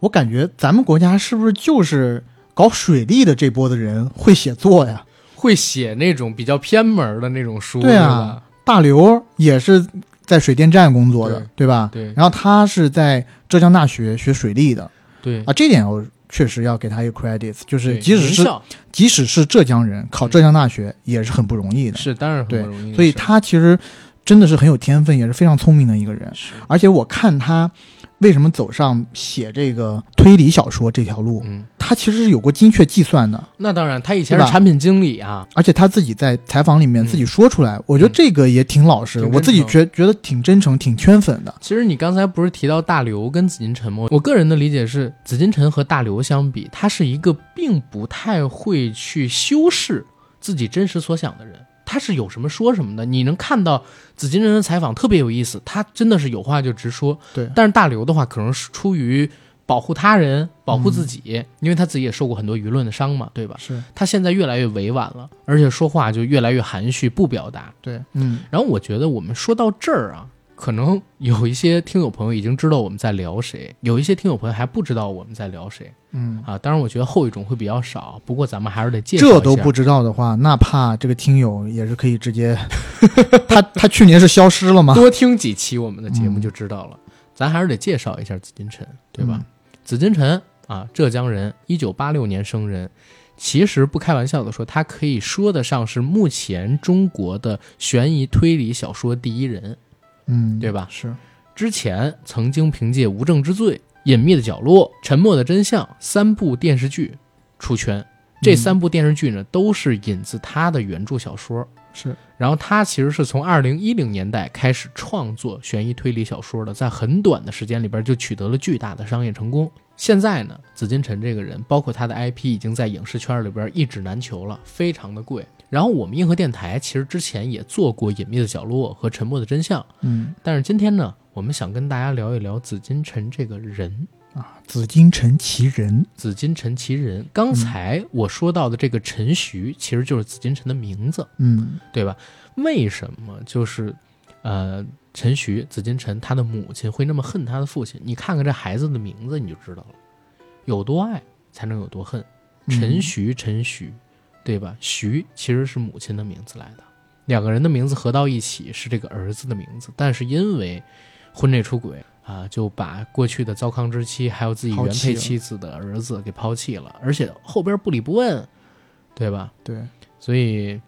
S3: 我感觉咱们国家是不是就是搞水利的这波的人会写作呀？
S2: 会写那种比较偏门的那种书，
S3: 对
S2: 对
S3: 啊
S2: 吧？
S3: 大刘也是在水电站工作的，
S2: 对
S3: 对吧？
S2: 对
S3: 然后他是在浙江大学学水利的
S2: 对
S3: 啊，，这点我确实要给他一个 credits，就是
S2: 对
S3: 即使
S2: 名
S3: 是
S2: 校嗯
S3: 即使是浙江人考浙江大学也是很不容易的，
S2: 是当然很
S3: 对
S2: 不容易的事，
S3: 所以他其实真的是很有天分，也是非常聪明的一个人。
S2: 是
S3: 而且我看他为什么走上写这个推理小说这条路，
S2: 嗯，
S3: 他其实是有过精确计算的，
S2: 那当然，他以前
S3: 对
S2: 是
S3: 吧
S2: 产品经理啊，
S3: 而且他自己在采访里面
S2: 嗯
S3: 自己说出来，我觉得这个也挺老实，
S2: 挺真诚
S3: 我自己觉觉得挺真诚、挺圈粉的。
S2: 其实你刚才不是提到大刘跟紫禁城吗？我个人的理解是，紫禁城和大刘相比，他是一个并不太会去修饰自己真实所想的人，他是有什么说什么的。你能看到紫禁城的采访特别有意思，他真的是有话就直说。
S3: 对
S2: 但是大刘的话，可能是出于保护他人、保护自己，
S3: 嗯
S2: 因为他自己也受过很多舆论的伤嘛，对吧？
S3: 是
S2: 他现在越来越委婉了，而且说话就越来越含蓄，不表达。
S3: 对，嗯，
S2: 然后我觉得我们说到这儿啊，可能有一些听友朋友已经知道我们在聊谁，有一些听友朋友还不知道我们在聊谁
S3: 嗯，
S2: 啊。当然，我觉得后一种会比较少，不过咱们还是得介绍一下。
S3: 这都不知道的话，那怕这个听友也是可以 直接，他他去年是消失了吗？
S2: 多听几期我们的节目就知道了。咱还是得介绍一下紫金陈，对吧？
S3: 嗯
S2: 紫金陈啊，浙江人，一九八六年生人。其实不开玩笑的说，他可以说得上是目前中国的悬疑推理小说第一人。
S3: 嗯，
S2: 对吧
S3: 是，
S2: 之前曾经凭借《无证之罪》《隐秘的角落》《沉默的真相》三部电视剧出圈。这三部电视剧呢，都是引自他的原著小说。
S3: 是，
S2: 然后他其实是从二零一零年代开始创作悬疑推理小说的，在很短的时间里边就取得了巨大的商业成功。现在呢，紫金陈这个人，包括他的 IP，已经在影视圈里边一指难求了，非常的贵。然后我们硬核电台其实之前也做过《隐秘的角落》和《沉默的真相》，
S3: 嗯
S2: 但是今天呢，我们想跟大家聊一聊紫金陈这个人。
S3: 啊，紫金陈其人，
S2: 紫金陈其人，刚才我说到的这个陈徐，其实就是紫金陈的名字，
S3: 嗯
S2: 对吧？为什么就是，呃，陈徐紫金陈他的母亲会那么恨他的父亲？你看看这孩子的名字你就知道了，有多爱才能有多恨。
S3: 嗯
S2: 陈徐，陈徐，对吧？徐其实是母亲的名字来的，两个人的名字合到一起是这个儿子的名字，但是因为婚内出轨啊，就把过去的糟糠之妻还有自己
S3: 抛
S2: 原
S3: 弃
S2: 配
S3: 了
S2: 妻子的儿子给抛弃了，而且后边不理不问，对吧？
S3: 对，
S2: 所以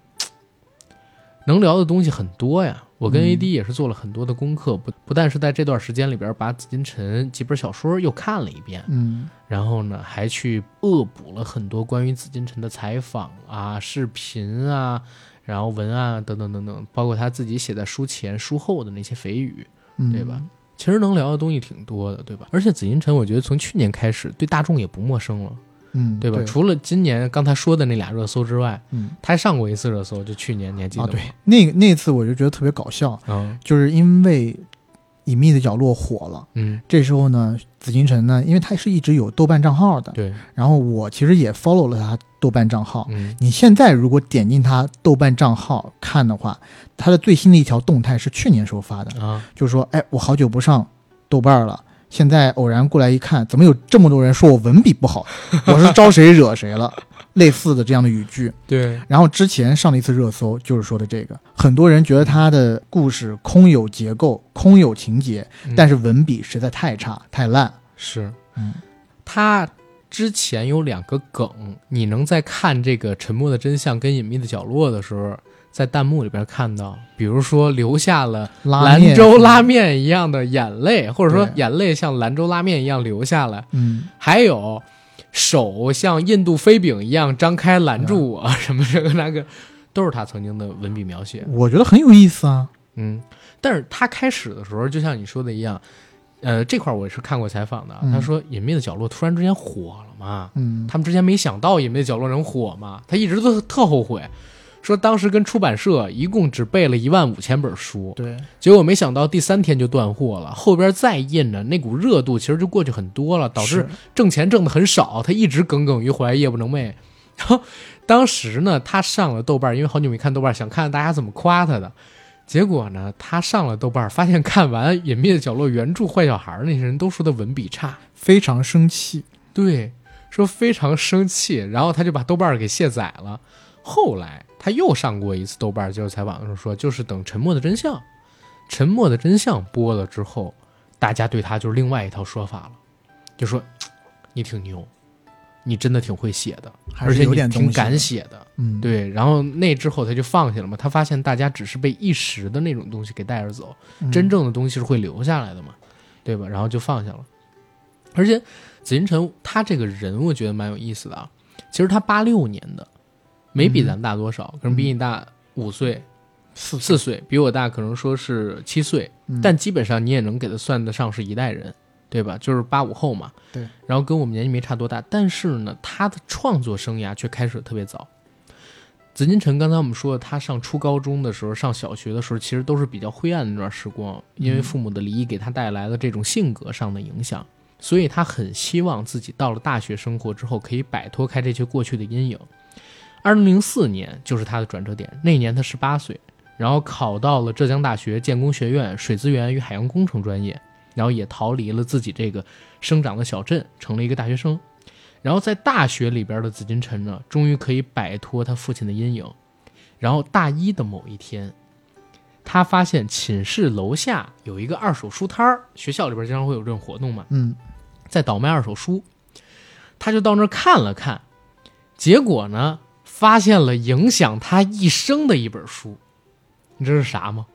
S2: 能聊的东西很多呀。我跟
S3: 嗯
S2: AD 也是做了很多的功课，不不但是在这段时间里边把《紫禁城》几本小说又看了一遍，
S3: 嗯
S2: 然后呢还去恶补了很多关于紫禁城的采访啊、视频啊，然后文案啊等等等等，包括他自己写在书前、书后的那些蜚语，
S3: 嗯，
S2: 对吧？？其实能聊的东西挺多的，对吧？而且紫禁城，我觉得从去年开始对大众也不陌生了，
S3: 嗯，
S2: 对吧？除了今年刚才说的那俩热搜之外，
S3: 嗯。
S2: 他还上过一次热搜，就去年你还记得
S3: 啊，
S2: 吗？
S3: 对，那那次我就觉得特别搞笑，
S2: 嗯
S3: 就是因为《隐秘的角落》火了，
S2: 嗯，
S3: 这时候呢，紫禁城呢，因为他是一直有豆瓣账号的，
S2: 对，
S3: 然后我其实也 follow 了他豆瓣账号。
S2: 嗯
S3: 你现在如果点进他豆瓣账号看的话，他的最新的一条动态是去年时候发的，
S2: 啊，
S3: 就是说，哎，我好久不上豆瓣了。现在偶然过来一看，怎么有这么多人说我文笔不好？我是招谁惹谁了？类似的这样的语句，
S2: 对，
S3: 然后之前上了一次热搜，就是说的这个，很多人觉得他的故事空有结构、空有情节，但
S2: 是
S3: 是文笔实在太差、太烂。
S2: 嗯是
S3: 嗯，
S2: 他之前有两个梗，你能在看这个《沉默的真相》跟《隐秘的角落》的时候，在弹幕里边看到，比如说留下了
S3: 拉
S2: 兰
S3: 面
S2: 州拉，面一样的眼泪，或者说
S3: 对
S2: 眼泪像兰州拉面一样流下来，
S3: 嗯，
S2: 还有手像印度飞饼一样张开拦住
S3: 嗯
S2: 我，什么这个那个，都是他曾经的文笔描写。
S3: 我觉得很有意思啊。
S2: 嗯，但是他开始的时候，就像你说的一样，呃，这块儿我也是看过采访的啊，
S3: 嗯
S2: 他说《隐秘的角落》突然之间火了嘛，
S3: 嗯，
S2: 他们之前没想到《隐秘的角落》能火嘛，他一直都特后悔，说当时跟出版社一共只备了一万五千本书，
S3: 对，
S2: 结果没想到第三天就断货了，后边再印呢，那股热度其实就过去很多了，导致
S3: 是
S2: 挣钱挣的很少，他一直耿耿于怀，夜不能寐。然后当时呢，他上了豆瓣，因为好久没看豆瓣，想看看大家怎么夸他的。结果呢，他上了豆瓣，发现看完《隐秘的角落》原著《坏小孩》那些人都说他文笔差，
S3: 非常生气。
S2: 对，说非常生气，然后他就把豆瓣给卸载了。后来他又上过一次豆瓣接受采访的时候说，就是等《沉默的真相》，《沉默的真相》播了之后，大家对他就是另外一套说法了，就说你挺牛，你真的挺会写的，
S3: 还
S2: 而
S3: 是
S2: 且
S3: 有
S2: 你
S3: 点东西
S2: 挺
S3: 的
S2: 敢，写的。
S3: 嗯，，
S2: 对，然后那之后他就放弃了嘛，他发现大家只是被一时的那种东西给带着走，
S3: 嗯
S2: 真正的东西是会留下来的嘛，对吧？然后就放下了。而且紫禁城他这个人，我觉得蛮有意思的啊。其实他八六年的，没比咱们大多少，可能比你大五岁、
S3: 四
S2: 四岁，比我大可能说是七岁，
S3: 嗯
S2: 但基本上你也能给他算得上是一代人，对吧？就是八五后嘛。
S3: 对。
S2: 然后跟我们年纪没差多大，但是呢，他的创作生涯却开始得特别早。紫禁城，刚才我们说，他上初高中的时候，上小学的时候，其实都是比较灰暗的那段时光，因为父母的离异给他带来了这种性格上的影响，所以他很希望自己到了大学生活之后，可以摆脱开这些过去的阴影。二零零四年就是他的转折点，那年他十八岁，然后考到了浙江大学建工学院水资源与海洋工程专业，然后也逃离了自己这个生长的小镇，成了一个大学生。然后在大学里边的紫金陈呢，终于可以摆脱他父亲的阴影。然后大一的某一天，他发现寝室楼下有一个二手书摊儿，学校里边经常会有这种活动嘛，
S3: 嗯，
S2: 在倒卖二手书，他就到那儿看了看，结果呢，发现了影响他一生的一本书，你知道是啥吗？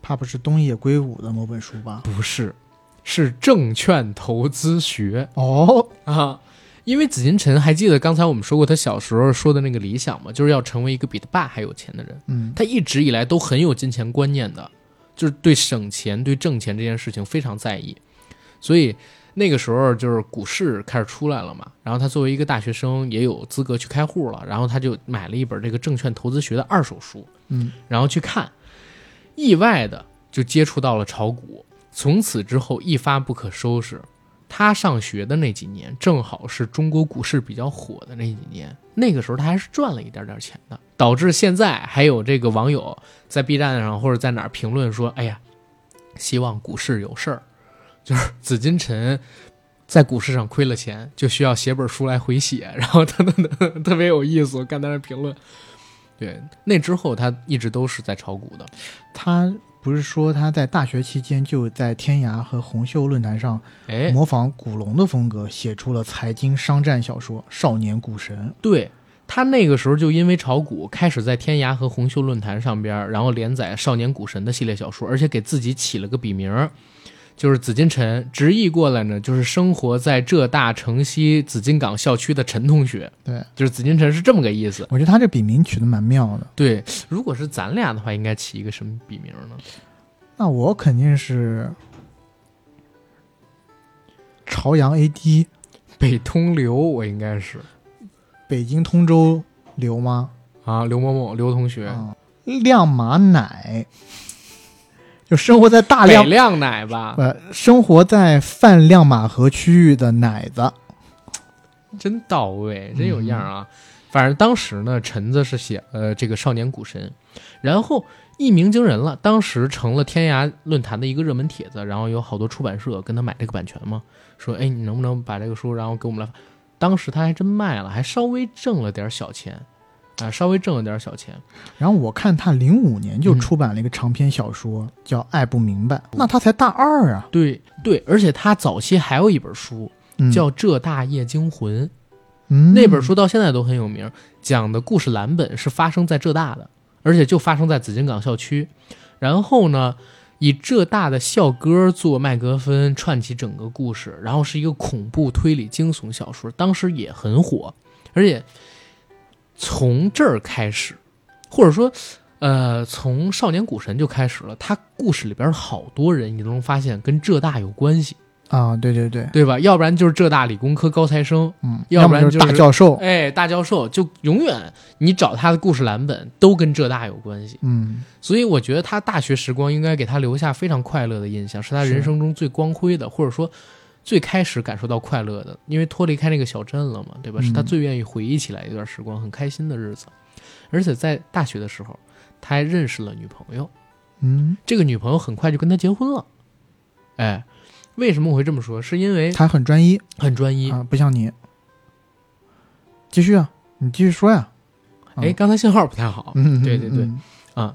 S3: 怕不是东野圭吾的某本书吧？
S2: 不是，是证券投资学
S3: 哦，
S2: 啊。因为紫金陈还记得刚才我们说过他小时候说的那个理想嘛，就是要成为一个比他爸还有钱的人。
S3: 嗯，
S2: 他一直以来都很有金钱观念的，就是对省钱、对挣钱这件事情非常在意。所以那个时候就是股市开始出来了嘛，然后他作为一个大学生也有资格去开户了，然后他就买了一本这个证券投资学的二手书，
S3: 嗯，
S2: 然后去看，意外的就接触到了炒股，从此之后一发不可收拾。他上学的那几年，正好是中国股市比较火的那几年，那个时候他还是赚了一点点钱的，导致现在还有这个网友在 B 站上或者在哪儿评论说：“哎呀，希望股市有事儿。”就是紫金陈在股市上亏了钱，就需要写本书来回血，然后等等等等，特别有意思。我看他的评论，对，那之后他一直都是在炒股的，
S3: 他不是说他在大学期间就在天涯和红袖论坛上
S2: 哎，
S3: 模仿古龙的风格，写出了财经商战小说《少年股神》。
S2: 对他那个时候就因为炒股，开始在天涯和红袖论坛上边儿，然后连载《少年股神》的系列小说，而且给自己起了个笔名儿，就是紫金陈。直译过来呢，就是生活在浙大城西紫金港校区的陈同学，
S3: 对
S2: 就是紫金陈是这么个意思。
S3: 我觉得他这笔名取得蛮妙的。
S2: 对，如果是咱俩的话，应该起一个什么笔名呢？
S3: 那我肯定是朝阳 AD
S2: 北通刘，我应该是
S3: 北京通州流吗？
S2: 啊，刘某某刘同学，
S3: 啊，亮马奶，就生活在大
S2: 北
S3: 量
S2: 亮奶吧，
S3: 呃生活在泛亮马河区域的奶子，
S2: 真到位，真有样儿啊！反正当时呢，陈子是写呃这个少年股神，然后一鸣惊人了，当时成了天涯论坛的一个热门帖子，然后有好多出版社跟他买这个版权嘛，说哎你能不能把这个书然后给我们来发？当时他还真卖了，还稍微挣了点小钱，啊、稍微挣了点小钱。
S3: 然后我看他零五年就
S2: 嗯
S3: 出版了一个长篇小说，叫《爱不明白》，那他才大二啊，
S2: 对对，而且他早期还有一本书
S3: 嗯、
S2: 叫《浙大夜惊魂》，
S3: 嗯
S2: 那本书到现在都很有名，讲的故事蓝本是发生在浙大的，而且就发生在紫金港校区。然后呢，以浙大的校歌做麦格芬串起整个故事，然后是一个恐怖推理惊悚小说，当时也很火。而且从这儿开始，或者说，呃，从《少年股神》就开始了。他故事里边好多人，你都能发现跟浙大有关系，
S3: 啊，对对对，
S2: 对吧？要不然就是浙大理工科高材生，
S3: 嗯，
S2: 要不
S3: 么
S2: 然
S3: 就是
S2: 就是
S3: 大教授，
S2: 哎，大教授就永远你找他的故事蓝本都跟浙大有关系，
S3: 嗯，
S2: 所以我觉得他大学时光应该给他留下非常快乐的印象，是他
S3: 是
S2: 人生中最光辉的，或者说最开始感受到快乐的，因为脱离开那个小镇了嘛，对吧？是他
S3: 嗯
S2: 最愿意回忆起来一段时光，很开心的日子。而且在大学的时候，他还认识了女朋友，
S3: 嗯，
S2: 这个女朋友很快就跟他结婚了。哎，为什么我会这么说？是因为
S3: 他很专一
S2: 很专一，
S3: 啊，不像你。继续啊，你继续说呀、
S2: 哎，刚才信号不太好。
S3: 嗯，
S2: 对对对
S3: 嗯，
S2: 啊，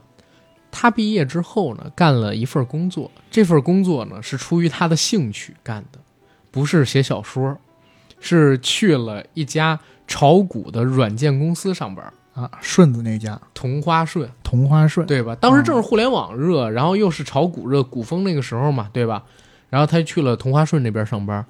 S2: 他毕业之后呢，干了一份工作，这份工作呢是出于他的兴趣干的，不是写小说，是去了一家炒股的软件公司上班，
S3: 啊，顺子那家
S2: 同花顺，
S3: 同花顺，
S2: 对吧？当时正是互联网热，然后又是炒股热，股风那个时候嘛，对吧？然后他去了同花顺那边上班，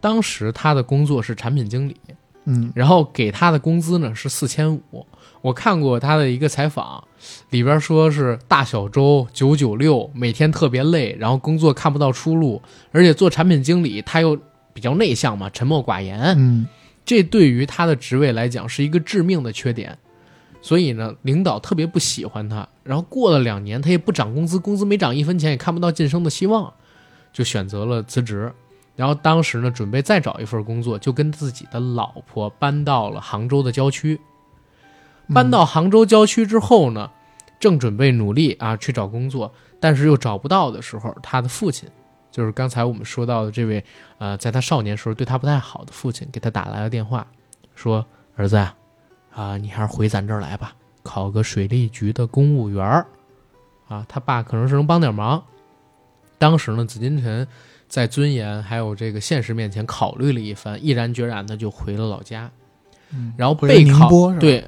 S2: 当时他的工作是产品经理，
S3: 嗯，
S2: 然后给他的工资呢是四千五。我看过他的一个采访，里边说是大小周九九六，每天特别累，然后工作看不到出路，而且做产品经理他又比较内向嘛，沉默寡言，
S3: 嗯
S2: 这对于他的职位来讲是一个致命的缺点。所以呢，领导特别不喜欢他。然后过了两年，他也不涨工资，工资没涨一分钱，也看不到晋升的希望，就选择了辞职。然后当时呢，准备再找一份工作，就跟自己的老婆搬到了杭州的郊区。
S3: 嗯
S2: 搬到杭州郊区之后呢，正准备努力啊去找工作，但是又找不到的时候，他的父亲，就是刚才我们说到的这位，呃，在他少年时候对他不太好的父亲，给他打来了电话，说：“儿子啊，啊，你还是回咱这儿来吧，考个水利局的公务员儿。”啊，他爸可能是能帮点忙。当时呢，紫金陈在尊严还有这个现实面前考虑了一番，毅然决然的就回了老家，
S3: 嗯
S2: 然后
S3: 回了
S2: 备
S3: 宁
S2: 考
S3: 波是吧
S2: 对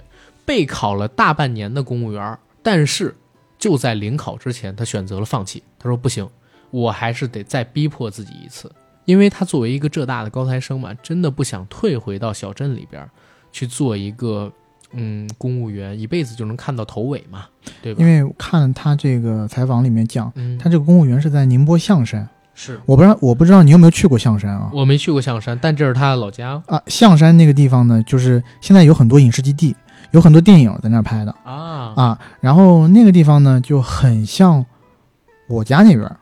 S2: 备考了大半年的公务员儿，但是就在临考之前，他选择了放弃。他说不行，我还是得再逼迫自己一次，因为他作为一个浙大的高材生嘛，真的不想退回到小镇里边儿去做一个嗯公务员，一辈子就能看到头尾嘛，对吧
S3: 因？为我看他这个采访里面讲，
S2: 嗯，
S3: 他这个公务员是在宁波象山，
S2: 是
S3: 我不知道我不知道你有没有去过象山啊？
S2: 我没去过象山，但这是他的老家
S3: 啊，象山那个地方呢，就是现在有很多影视基地，有很多电影在那儿拍的
S2: 啊
S3: 啊。然后那个地方呢，就很像我家那边儿，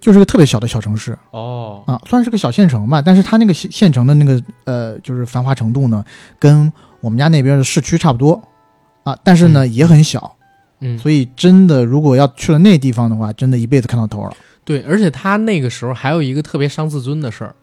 S3: 就是个特别小的小城市
S2: 哦，
S3: 啊，算是个小县城吧。但是它那个县县城的那个呃，就是繁华程度呢，跟我们家那边的市区差不多啊，但是呢、也很小。
S2: 嗯，
S3: 所以真的，如果要去了那地方的话，真的一辈子看到头了。
S2: 对，而且他那个时候还有一个特别伤自尊的事儿，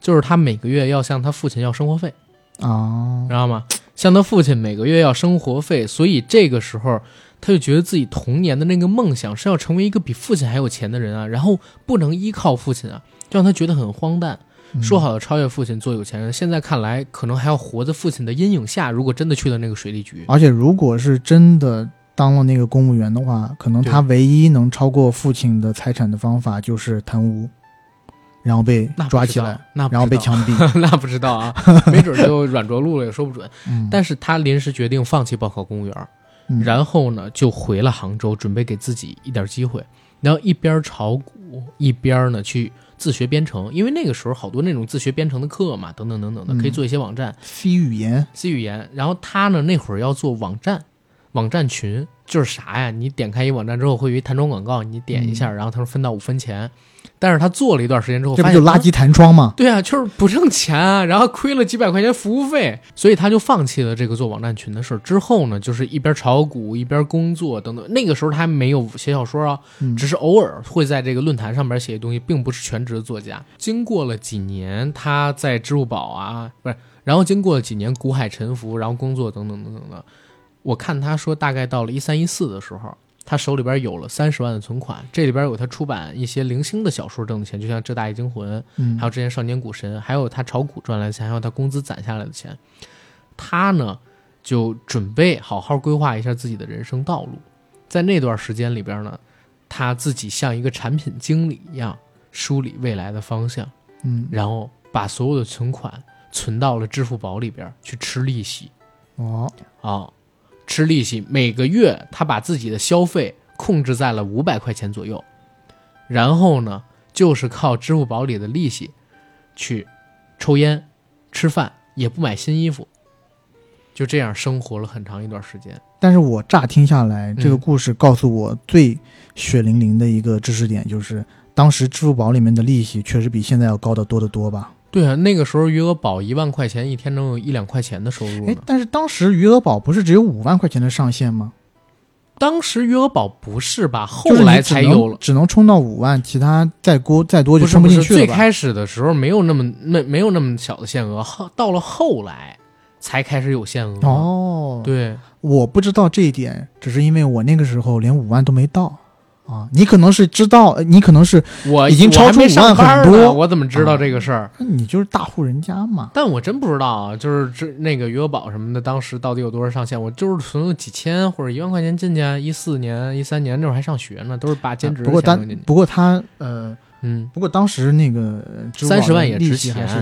S2: 就是他每个月要向他父亲要生活费，
S3: 啊
S2: 知，道吗？向他父亲每个月要生活费，所以这个时候他就觉得自己童年的那个梦想是要成为一个比父亲还有钱的人啊，然后不能依靠父亲啊，就让他觉得很荒诞。
S3: 嗯
S2: 说好要超越父亲做有钱人，现在看来可能还要活在父亲的阴影下。如果真的去了那个水利局，
S3: 而且如果是真的当了那个公务员的话，可能
S2: 对
S3: 他唯一能超过父亲的财产的方法就是贪污，然后被
S2: 那不
S3: 抓
S2: 知
S3: 起
S2: 道
S3: 来，，
S2: 啊那不
S3: 然后
S2: 知
S3: 被
S2: 道
S3: 枪 毙。
S2: 那不知道 啊，没准就软着陆了也说不准。
S3: 嗯，
S2: 但是他临时决定放弃报考公务员，
S3: 嗯
S2: 然后呢就回了杭州，准备给自己一点机会，然后一边炒股一边呢去自学编程，因为那个时候好多那种自学编程的课嘛，等等等等的，可以
S3: 嗯
S2: 做一些网站
S3: C 语言，
S2: C 语言。然后他呢那会儿要做网站，网站群就是啥呀？你点开一网站之后会有一弹窗广告，你点一下，然后他说分到五分钱，但是他做了一段时间之后，
S3: 嗯这
S2: 发
S3: 不
S2: 现
S3: 就垃圾弹窗吗？
S2: 对啊，就是不挣钱啊，然后亏了几百块钱服务费，所以他就放弃了这个做网站群的事儿。之后呢，就是一边炒股一边工作等等。那个时候他还没有写小说啊，
S3: 嗯
S2: 只是偶尔会在这个论坛上面写东西，并不是全职的作家。经过了几年，他在支付宝啊，不是，然后经过了几年股海沉浮，然后工作等等等等的。我看他说，大概到了一三一四的时候，他手里边有了三十万的存款，这里边有他出版一些零星的小说挣的钱，就像《浙大一惊魂》。
S3: 嗯
S2: 还，有之前少年股神，还有他炒股赚来的钱，还有他工资攒下来的钱，他呢就准备好好规划一下自己的人生道路。在那段时间里边呢，他自己像一个产品经理一样梳理未来的方向，
S3: 嗯，
S2: 然后把所有的存款存到了支付宝里边去吃利息
S3: 哦，
S2: 啊、吃利息。每个月他把自己的消费控制在了五百块钱左右，然后呢，就是靠支付宝里的利息去抽烟、吃饭，也不买新衣服，就这样生活了很长一段时间。
S3: 但是我乍听下来，这个
S2: 嗯
S3: 故事告诉我最血淋淋的一个知识点就是，当时支付宝里面的利息确实比现在要高得多得多吧？
S2: 对啊，那个时候余额宝一万块钱一天能有一两块钱的收入
S3: 哎
S2: 呢，。
S3: 但是当时余额宝不是只有五万块钱的上限吗？
S2: 当时余额宝不是吧？后
S3: 就是你
S2: 来
S3: 只
S2: 才
S3: 能
S2: 有了。
S3: 只能充到五万，其他再多再
S2: 不
S3: 多就是充
S2: 不
S3: 进
S2: 是，
S3: 去了
S2: 最
S3: 吧。
S2: 开始的时候没有那么没没有那么小的限额，后到了后来才开始有限额。
S3: 哦，候，
S2: 对，
S3: 我不知道这一点，只是因为我那个时候连五万都没到啊。你可能是知道，呃你可能是
S2: 我
S3: 已经超出
S2: 我还没上班
S3: 5万很
S2: 呢
S3: 多嗯
S2: 我怎么知道这个事儿？
S3: 你就是大户人家嘛。
S2: 但我真不知道啊，就是这那个余额宝什么的，当时到底有多少上限？我就是存了几千或者一万块钱进去，啊一四年、一三年那会儿还上学呢，都是把兼职
S3: 啊不过
S2: 的钱
S3: 当
S2: 扔进去。
S3: 不过他呃，
S2: 嗯，
S3: 不过当时那个呃支付宝
S2: 30万也
S3: 利
S2: 值
S3: 息还是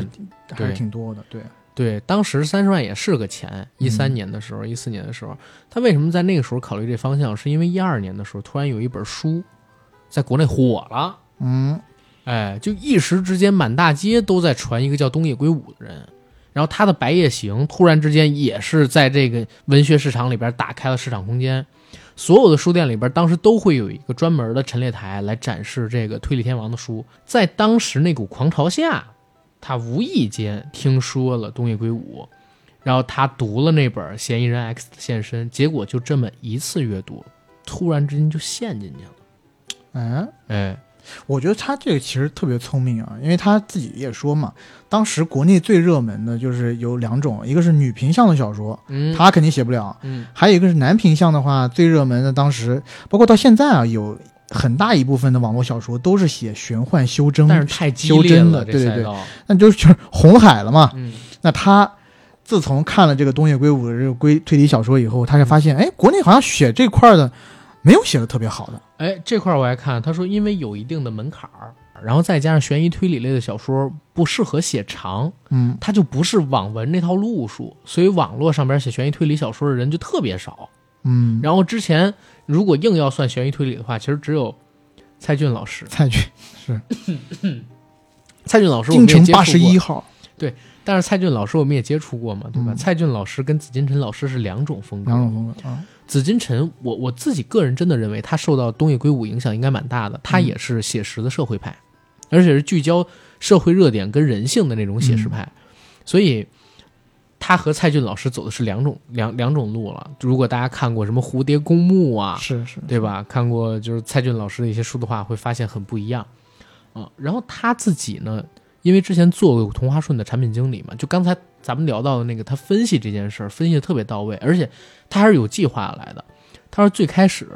S3: 还
S2: 对
S3: 是挺多的，对，
S2: 对，当时三十万也是个钱。一三年的时候，一四年的时候，他为什么在那个时候考虑这方向？是因为一二年的时候，突然有一本书在国内火了，
S3: 嗯，
S2: 哎，就一时之间满大街都在传一个叫东野圭吾的人。然后他的《白夜行》突然之间也是在这个文学市场里边打开了市场空间，所有的书店里边当时都会有一个专门的陈列台来展示这个推理天王的书。在当时那股狂潮下，他无意间听说了东野圭吾，然后他读了那本《嫌疑人 X 的现身》，结果就这么一次阅读，突然之间就陷进去了。
S3: 哎，
S2: 哎，
S3: 我觉得他这个其实特别聪明啊，因为他自己也说嘛，当时国内最热门的就是有两种，一个是女频向的小说，
S2: 嗯，
S3: 他肯定写不了；
S2: 嗯
S3: 还有一个是男频向的话，最热门的当时包括到现在啊，有很大一部分的网络小说都是写玄幻修真，
S2: 但是太激
S3: 修
S2: 烈
S3: 真
S2: 了，
S3: 了
S2: 这
S3: 对对
S2: 赛
S3: 对
S2: 道
S3: 那就是就是红海了嘛。
S2: 嗯，
S3: 那他自从看了这个东野圭吾的这个推推理小说以后，他就发
S2: 嗯
S3: 现，哎，国内好像写这块儿的没有写的特别好的。
S2: 哎，这块儿我还看他说，因为有一定的门槛儿，然后再加上悬疑推理类的小说不适合写长，
S3: 嗯，
S2: 它就不是网文那套路数，所以网络上边写悬疑推理小说的人就特别少。
S3: 嗯，
S2: 然后之前如果硬要算悬疑推理的话，其实只有蔡骏老师，
S3: 蔡骏是
S2: 蔡骏老师我
S3: 京
S2: 们也
S3: 城
S2: 接触
S3: 八十
S2: 过
S3: 一，号，
S2: 但是蔡骏老师我们也接触过嘛，对吧？
S3: 嗯
S2: 蔡骏老师跟紫金陈老师是两种风格，
S3: 两种风格啊。
S2: 紫金陈，我我自己个人真的认为，他受到东野圭吾影响应该蛮大的。他也是写实的社会派，而且是聚焦社会热点跟人性的那种写实派，所以他和蔡骏老师走的是两种两两种路了。如果大家看过什么《蝴蝶公墓》啊，
S3: 是是，
S2: 对吧？看过就是蔡骏老师的一些书的话，会发现很不一样啊、然后他自己呢，因为之前做过同花顺的产品经理嘛，就刚才咱们聊到的那个，他分析这件事儿分析的特别到位，而且他还是有计划来的。他说最开始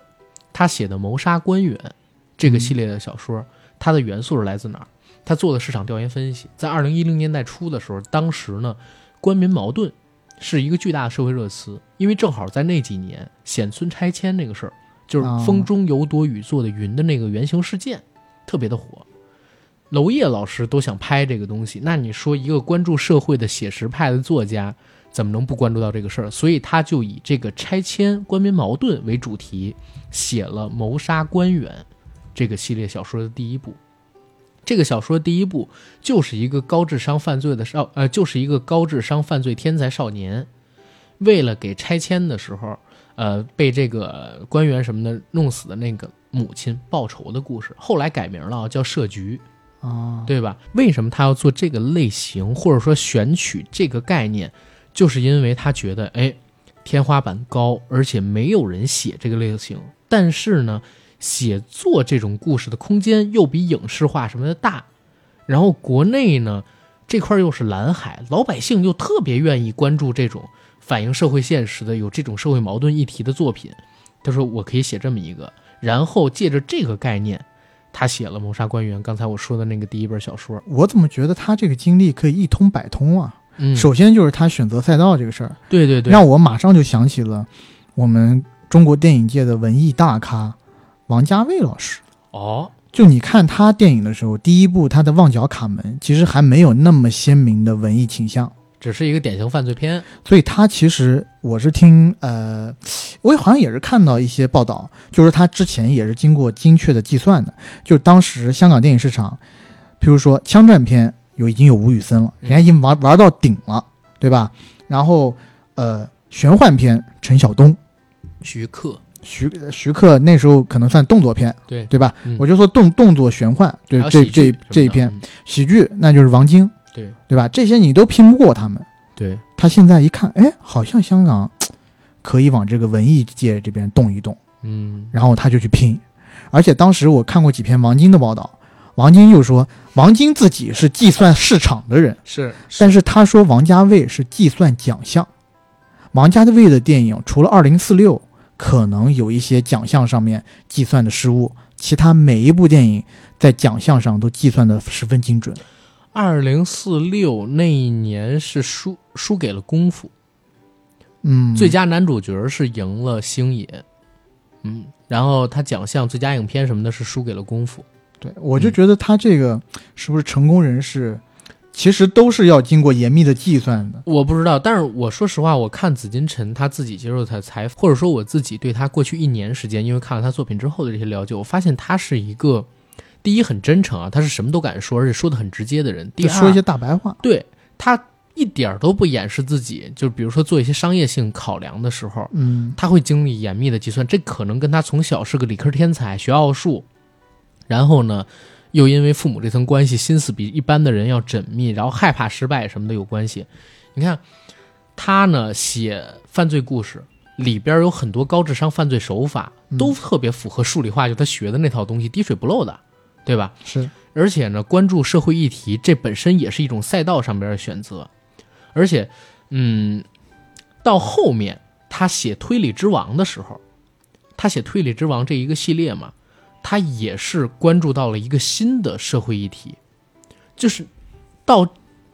S2: 他写的《谋杀官员》这个系列的小
S3: 嗯
S2: 说，它的元素是来自哪儿？他做的市场调研分析，在二零一零年代初的时候，当时呢，官民矛盾是一个巨大的社会热词，因为正好在那几年显村拆迁那个事儿，就是
S3: 哦
S2: 风中有朵雨做的云的那个原型事件，特别的火。娄烨老师都想拍这个东西，那你说一个关注社会的写实派的作家，怎么能不关注到这个事儿？所以他就以这个拆迁、官民矛盾为主题，写了《谋杀官员》这个系列小说的第一部。这个小说第一部就是一个高智商犯罪的少，呃，就是一个高智商犯罪天才少年，为了给拆迁的时候，呃，被这个官员什么的弄死的那个母亲报仇的故事。后来改名了，叫《设局》。
S3: 啊，
S2: 对吧？为什么他要做这个类型，或者说选取这个概念，就是因为他觉得，哎，天花板高，而且没有人写这个类型。但是呢，写作这种故事的空间又比影视化什么的大，然后国内呢这块又是蓝海，老百姓又特别愿意关注这种反映社会现实的、有这种社会矛盾议题的作品。他说，我可以写这么一个，然后借着这个概念。他写了《谋杀官员》，刚才我说的那个第一本小说。
S3: 我怎么觉得他这个经历可以一通百通啊？
S2: 嗯
S3: 首先就是他选择赛道这个事儿，
S2: 对对对，
S3: 让我马上就想起了我们中国电影界的文艺大咖王家卫老师。
S2: 哦，
S3: 就你看他电影的时候，第一部他的《旺角卡门》其实还没有那么鲜明的文艺倾向，
S2: 只是一个典型犯罪片。
S3: 所以他其实我是听呃，我也好像也是看到一些报道，就是他之前也是经过精确的计算的，就当时香港电影市场，譬如说枪战片有已经有吴宇森了，人家已经玩玩到顶了，对吧？然后呃，玄幻片陈晓东。
S2: 徐克，
S3: 徐徐克那时候可能算动作片，
S2: 对
S3: 对吧？
S2: 嗯
S3: 我就说动动作玄幻，对
S2: 还有
S3: 这
S2: 喜剧
S3: 这
S2: 什么的
S3: 这一篇
S2: 嗯
S3: 喜剧，那就是王晶，
S2: 对
S3: 对吧？这些你都拼不过他们。
S2: 对，
S3: 他现在一看，哎，好像香港嘖可以往这个文艺界这边动一动，
S2: 嗯，
S3: 然后他就去拼。而且当时我看过几篇王晶的报道，王晶又说，王晶自己是计算市场的人，
S2: 是，
S3: 但是他说王家卫是计算奖项。王家卫的电影除了《二零四六》可能有一些奖项上面计算的失误，其他每一部电影在奖项上都计算的十分精准。
S2: 二零四六那一年是输输给了《功夫》，
S3: 嗯，
S2: 最佳男主角是赢了星爷，嗯，然后他奖项最佳影片什么的是输给了《功夫》。
S3: 对，我
S2: 嗯
S3: 就觉得他这个是不是成功人士，其实都是要经过严密的计算的。
S2: 我不知道，但是我说实话，我看紫金陈他自己接受采采访，或者说我自己对他过去一年时间，因为看了他作品之后的这些了解，我发现他是一个第一很真诚啊，他是什么都敢说，而且说的很直接的人。第
S3: 就
S2: 二，
S3: 说一些大白话，
S2: 对他一点儿都不掩饰自己，就比如说做一些商业性考量的时候，
S3: 嗯，
S2: 他会经历严密的计算，这可能跟他从小是个理科天才，学奥数，然后呢，又因为父母这层关系，心思比一般的人要缜密，然后害怕失败什么的有关系。你看，他呢写犯罪故事里边有很多高智商犯罪手法，都特别符合数理化，就他学的那套东西，滴水不漏的，对吧？
S3: 是
S2: 而且呢，关注社会议题，这本身也是一种赛道上边的选择。而且，嗯，到后面他写《推理之王》的时候，他写《推理之王》这一个系列嘛，他也是关注到了一个新的社会议题，就是到《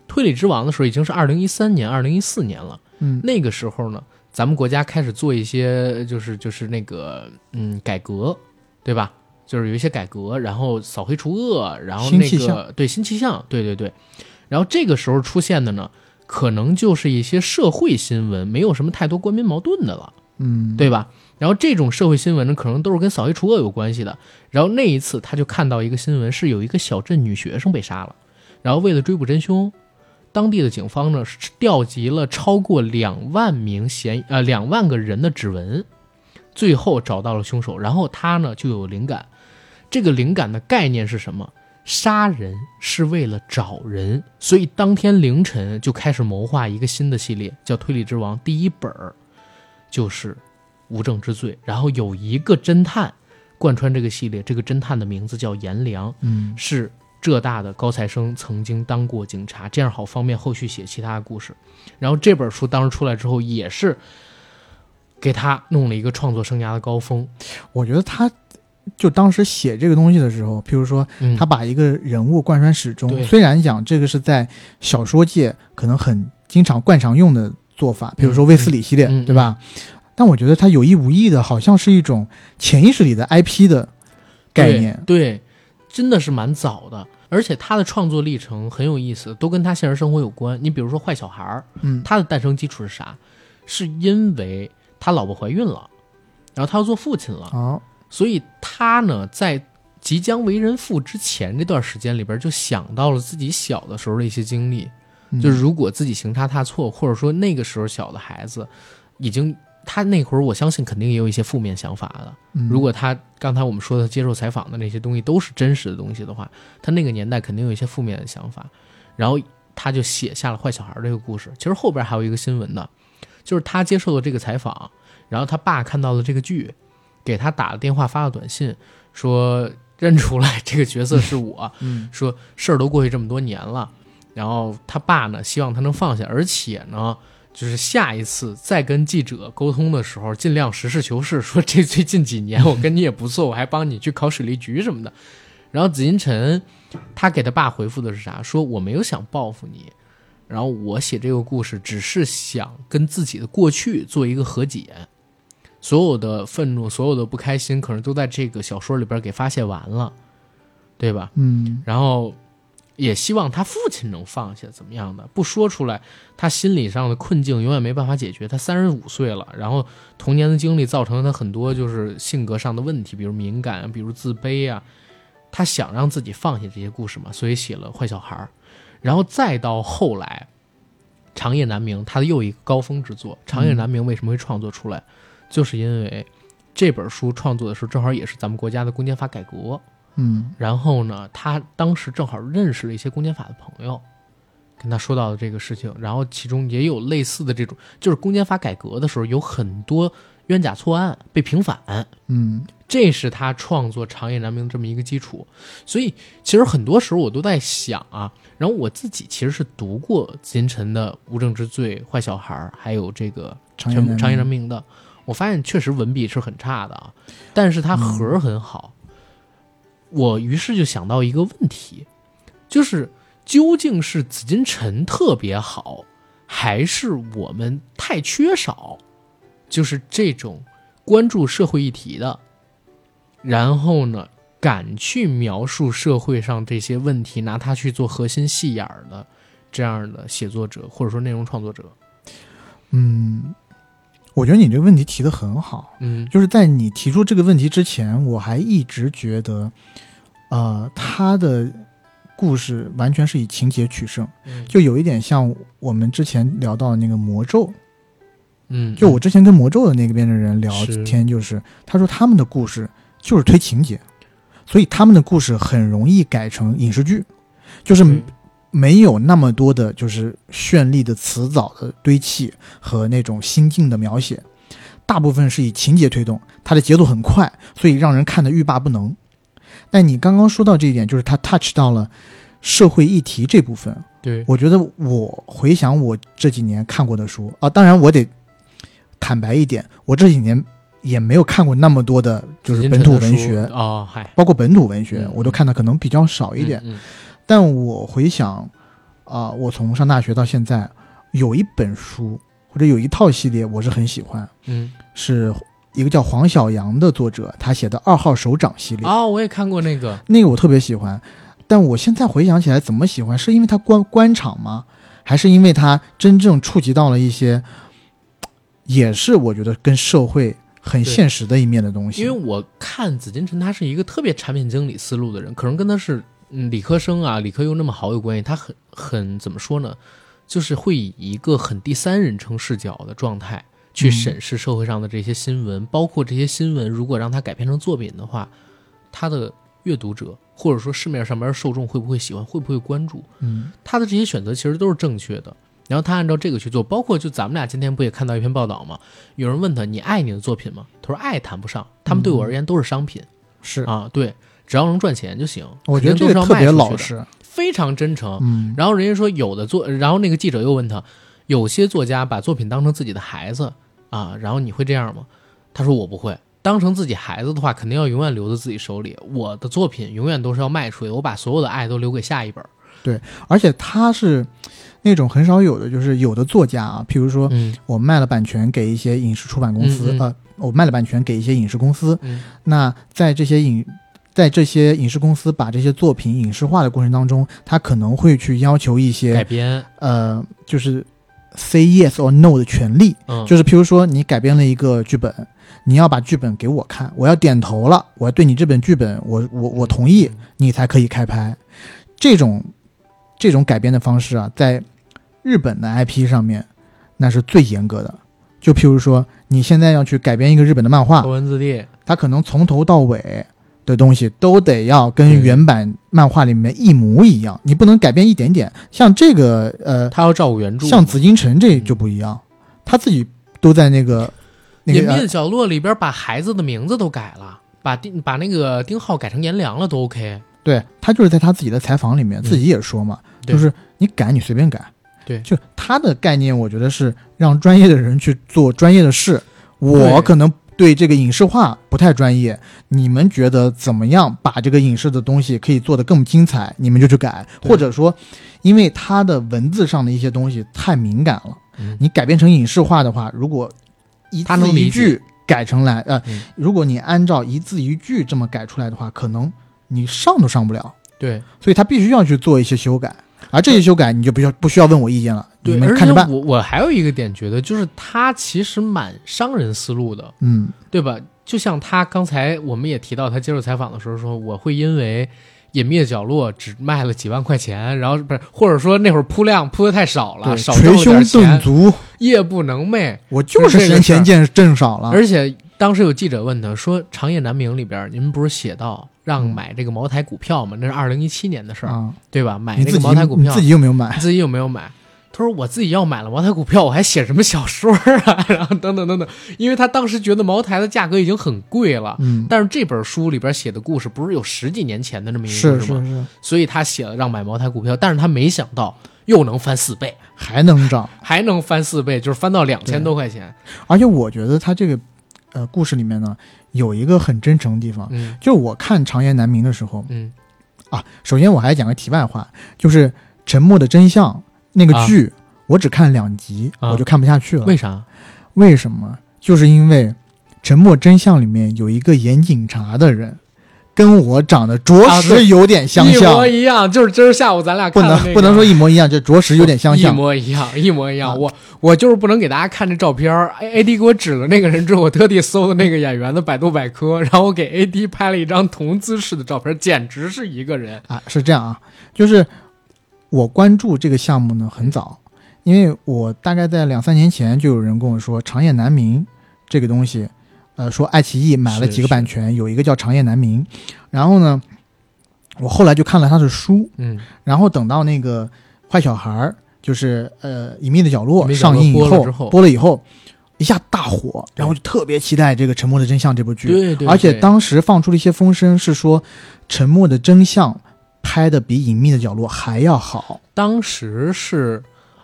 S2: 推理之王》的时候，已经是二零一三年、二零一四年了。
S3: 嗯
S2: 那个时候呢，咱们国家开始做一些，就是就是那个嗯改革，对吧？就是有一些改革，然后扫黑除恶，然后
S3: 新
S2: 那
S3: 气
S2: 个
S3: 象
S2: 对新气象，对对对。然后这个时候出现的呢，可能就是一些社会新闻，没有什么太多官民矛盾的了。
S3: 嗯，
S2: 对吧？然后这种社会新闻呢，可能都是跟扫黑除恶有关系的。然后那一次，他就看到一个新闻，是有一个小镇女学生被杀了，然后为了追捕真凶，当地的警方呢是调集了超过两万名嫌疑呃两万个人的指纹，最后找到了凶手。然后他呢就有灵感，这个灵感的概念是什么？杀人是为了找人，所以当天凌晨就开始谋划一个新的系列，叫《推理之王》。第一本儿就是无证之罪，然后有一个侦探贯穿这个系列，这个侦探的名字叫颜良，
S3: 嗯
S2: 是浙大的高材生，曾经当过警察，这样好方便后续写其他的故事。然后这本书当时出来之后，也是给他弄了一个创作生涯的高峰。
S3: 我觉得他就当时写这个东西的时候，譬如说
S2: 嗯，
S3: 他把一个人物贯穿始终，
S2: 对
S3: 虽然讲这个是在小说界可能很经常惯常用的做法，比如说卫斯理系列，
S2: 嗯嗯
S3: 对吧？但我觉得他有意无意的，好像是一种潜意识里的 IP 的概念。
S2: 对对，真的是蛮早的。而且他的创作历程很有意思，都跟他现实生活有关。你比如说《坏小孩儿》，
S3: 嗯，
S2: 他的诞生基础是啥？是因为他老婆怀孕了，然后他要做父亲了，
S3: 好，
S2: 所以他呢，在即将为人父之前这段时间里边，就想到了自己小的时候的一些经历，
S3: 嗯
S2: 就是如果自己行差踏错，或者说那个时候小的孩子已经。他那会儿，我相信肯定也有一些负面想法的。
S3: 嗯
S2: 如果他刚才我们说的接受采访的那些东西都是真实的东西的话，他那个年代肯定有一些负面的想法，然后他就写下了《坏小孩》这个故事。其实后边还有一个新闻呢，就是他接受了这个采访，然后他爸看到了这个剧，给他打了电话发了短信，说认出来这个角色是我，
S3: 嗯
S2: 说事儿都过去这么多年了，然后他爸呢希望他能放下，而且呢。就是下一次再跟记者沟通的时候，尽量实事求是，说这最近几年我跟你也不错，我还帮你去考水利局什么的。然后紫金陈他给他爸回复的是啥？说我没有想报复你，然后我写这个故事只是想跟自己的过去做一个和解，所有的愤怒，所有的不开心，可能都在这个小说里边给发泄完了，对吧？
S3: 嗯
S2: 然后也希望他父亲能放下，怎么样的？不说出来，他心理上的困境永远没办法解决。他三十五岁了，然后童年的经历造成了他很多就是性格上的问题，比如敏感啊，比如自卑啊。他想让自己放下这些故事嘛，所以写了《坏小孩》，儿》，然后再到后来，《长夜难明》他的又一个高峰之作。《长夜难明》为什么会创作出来，就是因为这本书创作的时候正好也是咱们国家的公检法改革，
S3: 嗯
S2: 然后呢，他当时正好认识了一些公检法的朋友，跟他说到了这个事情，然后其中也有类似的这种，就是公检法改革的时候有很多冤假错案被平反，
S3: 嗯
S2: 这是他创作《长夜难明》这么一个基础。所以其实很多时候我都在想啊，然后我自己其实是读过紫金陈的《无证之罪》《坏小孩》，还有这个《
S3: 长野
S2: 长
S3: 人
S2: 长野人民的，我发现确实文笔是很差的啊，但是
S3: 嗯
S2: 它核儿很好。我于是就想到一个问题，就是究竟是紫金陈特别好，还是我们太缺少，就是这种关注社会议题的，然后呢敢去描述社会上这些问题，拿它去做核心戏眼儿的这样的写作者或者说内容创作者，
S3: 嗯，我觉得你这个问题提的很好，
S2: 嗯
S3: 就是在你提出这个问题之前，我还一直觉得，呃，他的故事完全是以情节取胜，
S2: 嗯
S3: 就有一点像我们之前聊到的那个魔咒。
S2: 嗯，
S3: 就我之前跟魔咒的那边的人聊
S2: 是
S3: 天，就是他说他们的故事就是推情节，所以他们的故事很容易改成影视剧，就是
S2: 对
S3: 没有那么多的就是绚丽的词藻的堆砌和那种心境的描写，大部分是以情节推动，它的节奏很快，所以让人看得欲罢不能。但你刚刚说到这一点，就是它 touch 到了社会议题这部分，
S2: 对，
S3: 我觉得我回想我这几年看过的书啊，当然我得坦白一点，我这几年也没有看过那么多的，就是本土文学，
S2: 哦，嗨，
S3: 包括本土文学
S2: 嗯，
S3: 我都看的可能比较少一点。
S2: 嗯，
S3: 但我回想啊、我从上大学到现在，有一本书或者有一套系列，我是很喜欢，
S2: 嗯，
S3: 是一个叫黄晓阳的作者他写的《二号首长》系
S2: 嗯
S3: 列。
S2: 哦，我也看过那个，
S3: 那个我特别喜欢，但我现在回想起来，怎么喜欢？是因为它官官场吗？还是因为它真正触及到了一些，也是我觉得跟社会很
S2: 对
S3: 现实的一面的东西？
S2: 因为我看紫金陈，他是一个特别产品经理思路的人，可能跟他是嗯理科生啊，理科又那么好有关系，他很很怎么说呢，就是会以一个很第三人称视角的状态去
S3: 嗯
S2: 审视社会上的这些新闻，包括这些新闻如果让他改编成作品的话，他的阅读者或者说市面上边受众会不会喜欢，会不会关注？
S3: 嗯
S2: 他的这些选择其实都是正确的。然后他按照这个去做，包括就咱们俩今天不也看到一篇报道吗？有人问他：“你爱你的作品吗？”他说：“爱谈不上，他们对
S3: 嗯
S2: 我而言都是商品、
S3: 是，
S2: 啊，对，只要能赚钱就行。”
S3: 我觉得这个特别老，实。
S2: 非常真诚。
S3: 嗯，
S2: 然后人家说有的作，然后那个记者又问他，有些作家把作品当成自己的孩子啊，然后你会这样吗？他说我不会，当成自己孩子的话，肯定要永远留在自己手里。我的作品永远都是要卖出去的，我把所有的爱都留给下一本。
S3: 而且他是那种很少有的，就是有的作家啊，譬如说
S2: 嗯
S3: 我卖了版权给一些影视出版公司，
S2: 嗯嗯
S3: 呃，我卖了版权给一些影视公司，
S2: 嗯
S3: 那在这些影，在这些影视公司把这些作品影视化的过程当中，他可能会去要求一
S2: 改
S3: 些
S2: 编，
S3: 呃，就是 say yes or no 的权利，
S2: 嗯，
S3: 就是譬如说你改编了一个剧本，你要把剧本给我看，我要点头了，我要对你这本剧本，我我我同意，你才可以开拍。这种这种改编的方式啊，在日本的 IP 上面那是最严格的。就譬如说，你现在要去改编一个日本的漫画，
S2: 头文字 D，
S3: 他可能从头到尾的东西都得要跟原版漫画里面一模一样，你不能改变一点点。像这个呃，
S2: 他要照顾原著。
S3: 像紫金城这就不一样，他自己都在那个那
S2: 隐
S3: 个、
S2: 秘
S3: 呃
S2: 的角落里边把孩子的名字都改了，把丁把那个丁浩改成颜良了都 OK。
S3: 对他就是在他自己的采访里面
S2: 嗯
S3: 自己也说嘛，
S2: 对
S3: 就是你改你随便改。
S2: 对
S3: 就他的概念，我觉得是让专业的人去做专业的事。我
S2: 对
S3: 可能对这个影视化不太专业，你们觉得怎么样把这个影视的东西可以做得更精彩，你们就去改，
S2: 对
S3: 或者说，因为他的文字上的一些东西太敏感了，
S2: 嗯
S3: 你改编成影视化的话，如果一
S2: 他
S3: 字
S2: 能
S3: 一
S2: 理解
S3: 句改成来，呃，
S2: 嗯
S3: 如果你按照一字一句这么改出来的话，可能你上都上不了，
S2: 对
S3: 所以他必须要去做一些修改，而这些修改你就不需要不需要问我意见了，你
S2: 对，
S3: 们
S2: 而
S3: 看
S2: 且
S3: 着办。
S2: 我我还有一个点觉得，就是他其实蛮商人思路的，
S3: 嗯，
S2: 对吧？就像他刚才我们也提到，他接受采访的时候说，我会因为。隐秘的角落只卖了几万块钱，然后不是，或者说那会儿铺量铺的太少了，
S3: 对，
S2: 少挣
S3: 捶
S2: 了
S3: 胸
S2: 点
S3: 顿
S2: 钱，
S3: 足，
S2: 夜不能寐，
S3: 我就是
S2: 这个
S3: 嫌
S2: 事儿
S3: 钱见挣少了。
S2: 而且当时有记者问他说：“《长夜难明》里边，您不是写到让买这个茅台股票吗？那是二零一七年的事儿，
S3: 啊，
S2: 对吧？买
S3: 你
S2: 那
S3: 自
S2: 个
S3: 己
S2: 茅台股
S3: 你
S2: 票，
S3: 自己有没有买？
S2: 你自己有没有买？”他说我自己要买了茅台股票，我还写什么小说啊？ 然后等等等等，因为他当时觉得茅台的价格已经很贵了，
S3: 嗯，
S2: 但是这本书里边写的故事不是有十几年前的这么一个
S3: 是
S2: 故事吗？
S3: 是是，
S2: 所以他写了让买茅台股票，但是他没想到又能翻四倍，
S3: 还能涨。
S2: 还能翻四倍，就是翻到两千多块钱。
S3: 而且我觉得他这个呃故事里面呢，有一个很真诚的地方，
S2: 嗯
S3: 就是我看《长夜难明》的时候
S2: 嗯，
S3: 啊，首先我还讲个题外话，就是《沉默的真相》那个剧，我只看两集，
S2: 啊
S3: 我就看不下去了。
S2: 为啥？
S3: 为什么？就是因为《沉默真相》里面有一个演警察的人，跟我长得着
S2: 啊对
S3: 实有点相
S2: 一
S3: 像，
S2: 模一样，就是今儿下午咱俩
S3: 不
S2: 看的那
S3: 能
S2: 个
S3: 不能说一模一样，就着实有点相
S2: 一
S3: 像。
S2: 模一样，一模一样。
S3: 啊
S2: 我我就是不能给大家看这照片儿。A A D 给我指了那个人之后，我特地搜的那个演员的百度百科，然后我给 A D 拍了一张同姿势的照片，简直是一个人。
S3: 啊，是这样啊，就是我关注这个项目呢很早，因为我大概在两三年前就有人跟我说《长夜难明》这个东西，呃，说爱奇艺买了
S2: 是
S3: 几个版权，有一个叫《长夜难明》，然后呢，我后来就看了他的书，
S2: 嗯，
S3: 然后等到那个坏小孩儿，就是呃《隐秘的角
S2: 隐
S3: 落
S2: 秘》的角
S3: 上
S2: 落
S3: 映以
S2: 播了
S3: 后
S2: 之后
S3: 播了以后，一下大火，然后就特别期待这个《沉默的真相》这部剧，
S2: 对对。
S3: 而且
S2: 对
S3: 当时放出了一些风声，是说《沉默的真相》拍的比《隐秘的角落》还要好。
S2: 当时是。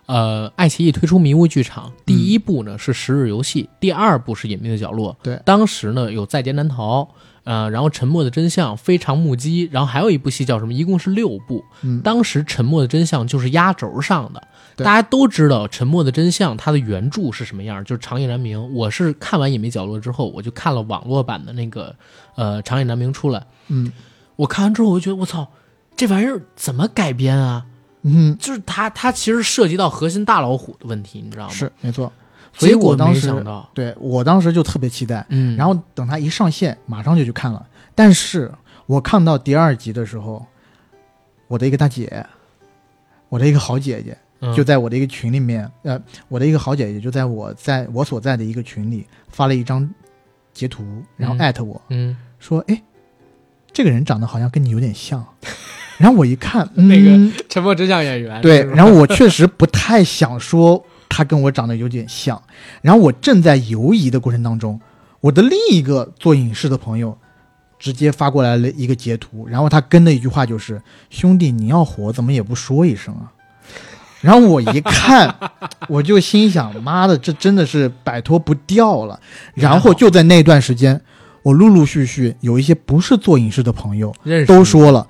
S2: 呃，爱奇艺推出《迷雾剧场》，
S3: 嗯
S2: 第一部呢是《十日游戏》，第二部是《隐秘的角落》。
S3: 对
S2: 当时呢有《在劫难逃》，呃，然后《沉默的真相》、《非常目击》，然后还有一部戏叫什么？一共是六部。
S3: 嗯，
S2: 当时《沉默的真相》就是压轴上的，大
S3: 对
S2: 家都知道《沉默的真相》它的原著是什么样，就是《长夜难明》。我是看完《隐秘角落》之后，我就看了网络版的那个呃《长夜难明》出来，
S3: 嗯
S2: 我看完之后我就觉得我操，这玩意儿怎么改编啊？
S3: 嗯，
S2: 就是它它其实涉及到核心大老虎的问题，你知道吗？
S3: 是没错。所以
S2: 结果
S3: 我当
S2: 没
S3: 时
S2: 想到，
S3: 对我当时就特别期待，
S2: 嗯，
S3: 然后等它一上线，马上就去看了。但是我看到第二集的时候，我的一个大姐，我的一个好姐姐，
S2: 嗯
S3: 就在我的一个群里面，呃，我的一个好姐姐就在我在我所在的一个群里发了一张截图，然后
S2: 嗯
S3: 艾特我，
S2: 嗯，
S3: 说：“哎，这个人长得好像跟你有点像。”然后我一看，嗯、
S2: 那个沉默真相演员
S3: 对
S2: 是，吧
S3: 然后我确实不太想说他跟我长得有点像。然后我正在犹疑的过程当中，我的另一个做影视的朋友直接发过来了一个截图，然后他跟的一句话就是：“兄弟，你要火怎么也不说一声啊？”然后我一看，我就心想：“妈的，这真的是摆脱不掉了。”然后就在那段时间，我陆陆续续有一些不是做影视的朋友
S2: 认识
S3: 都
S2: 你
S3: 说了，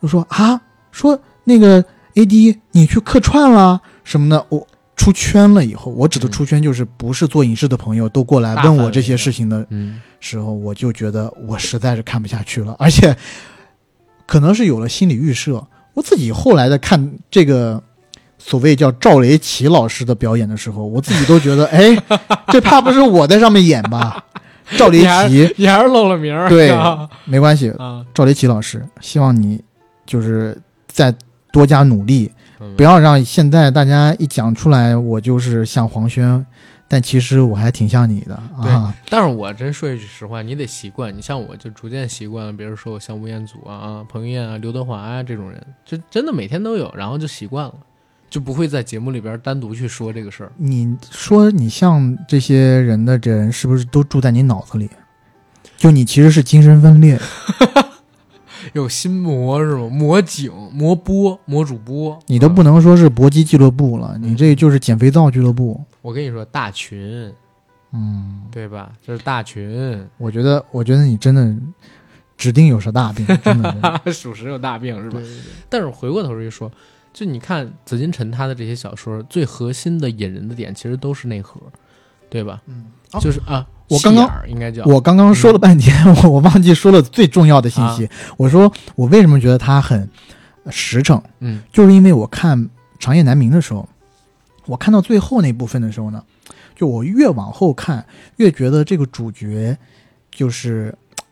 S3: 都说啊，说那个 AD 你去客串啦什么的，我出圈了以后，我指的
S2: 嗯
S3: 出圈就是不是做影视的朋友都过来
S2: 大
S3: 问
S2: 范
S3: 我
S2: 围
S3: 这些
S2: 的
S3: 事情的
S2: 嗯
S3: 时候，我就觉得我实在是看不下去了，而且可能是有了心理预设，我自己后来在看这个。所谓叫赵雷奇老师的表演的时候，我自己都觉得， 哎，这怕不是我在上面演吧？赵雷
S2: 你还
S3: 奇
S2: 你还是露了名儿
S3: 对
S2: 啊
S3: 没关系，
S2: 啊
S3: 赵雷奇老师，希望你就是再多加努力，
S2: 嗯
S3: 不要让现在大家一讲出来我就是像黄轩，但其实我还挺像你的啊。
S2: 但是我真说一句实话，你得习惯。你像我就逐渐习惯了，比如说我像吴彦祖啊、彭于晏啊、刘德华啊这种人，就真的每天都有，然后就习惯了，就不会在节目里边单独去说这个事儿。
S3: 你说你像这些人的人，是不是都住在你脑子里？就你其实是精神分裂，
S2: 有心魔是吗？魔警、魔播、魔主播，
S3: 你都不
S2: 嗯。
S3: 能说是搏击俱乐部了，你这就是减肥皂俱乐部。
S2: 我跟你说，大群
S3: 嗯，
S2: 对吧？这是大群，
S3: 我觉得，我觉得你真的指定有啥大病，真的是。
S2: 属实有大病是吧
S3: 对？对对
S2: 但是回过头儿一说，就你看紫金陈他的这些小说，最核心的引人的点其实都是内核，对吧？
S3: 嗯，
S2: 就是啊，
S3: 我刚刚
S2: 戏眼儿应该叫
S3: 我刚刚说了半天， 我我忘记说了最重要的信息。我说我为什么觉得他很呃实诚，
S2: 嗯。
S3: 就是因为我看《长夜难明》的时候，我看到最后那部分的时候呢，就我越往后看，越觉得这个主角就是嘖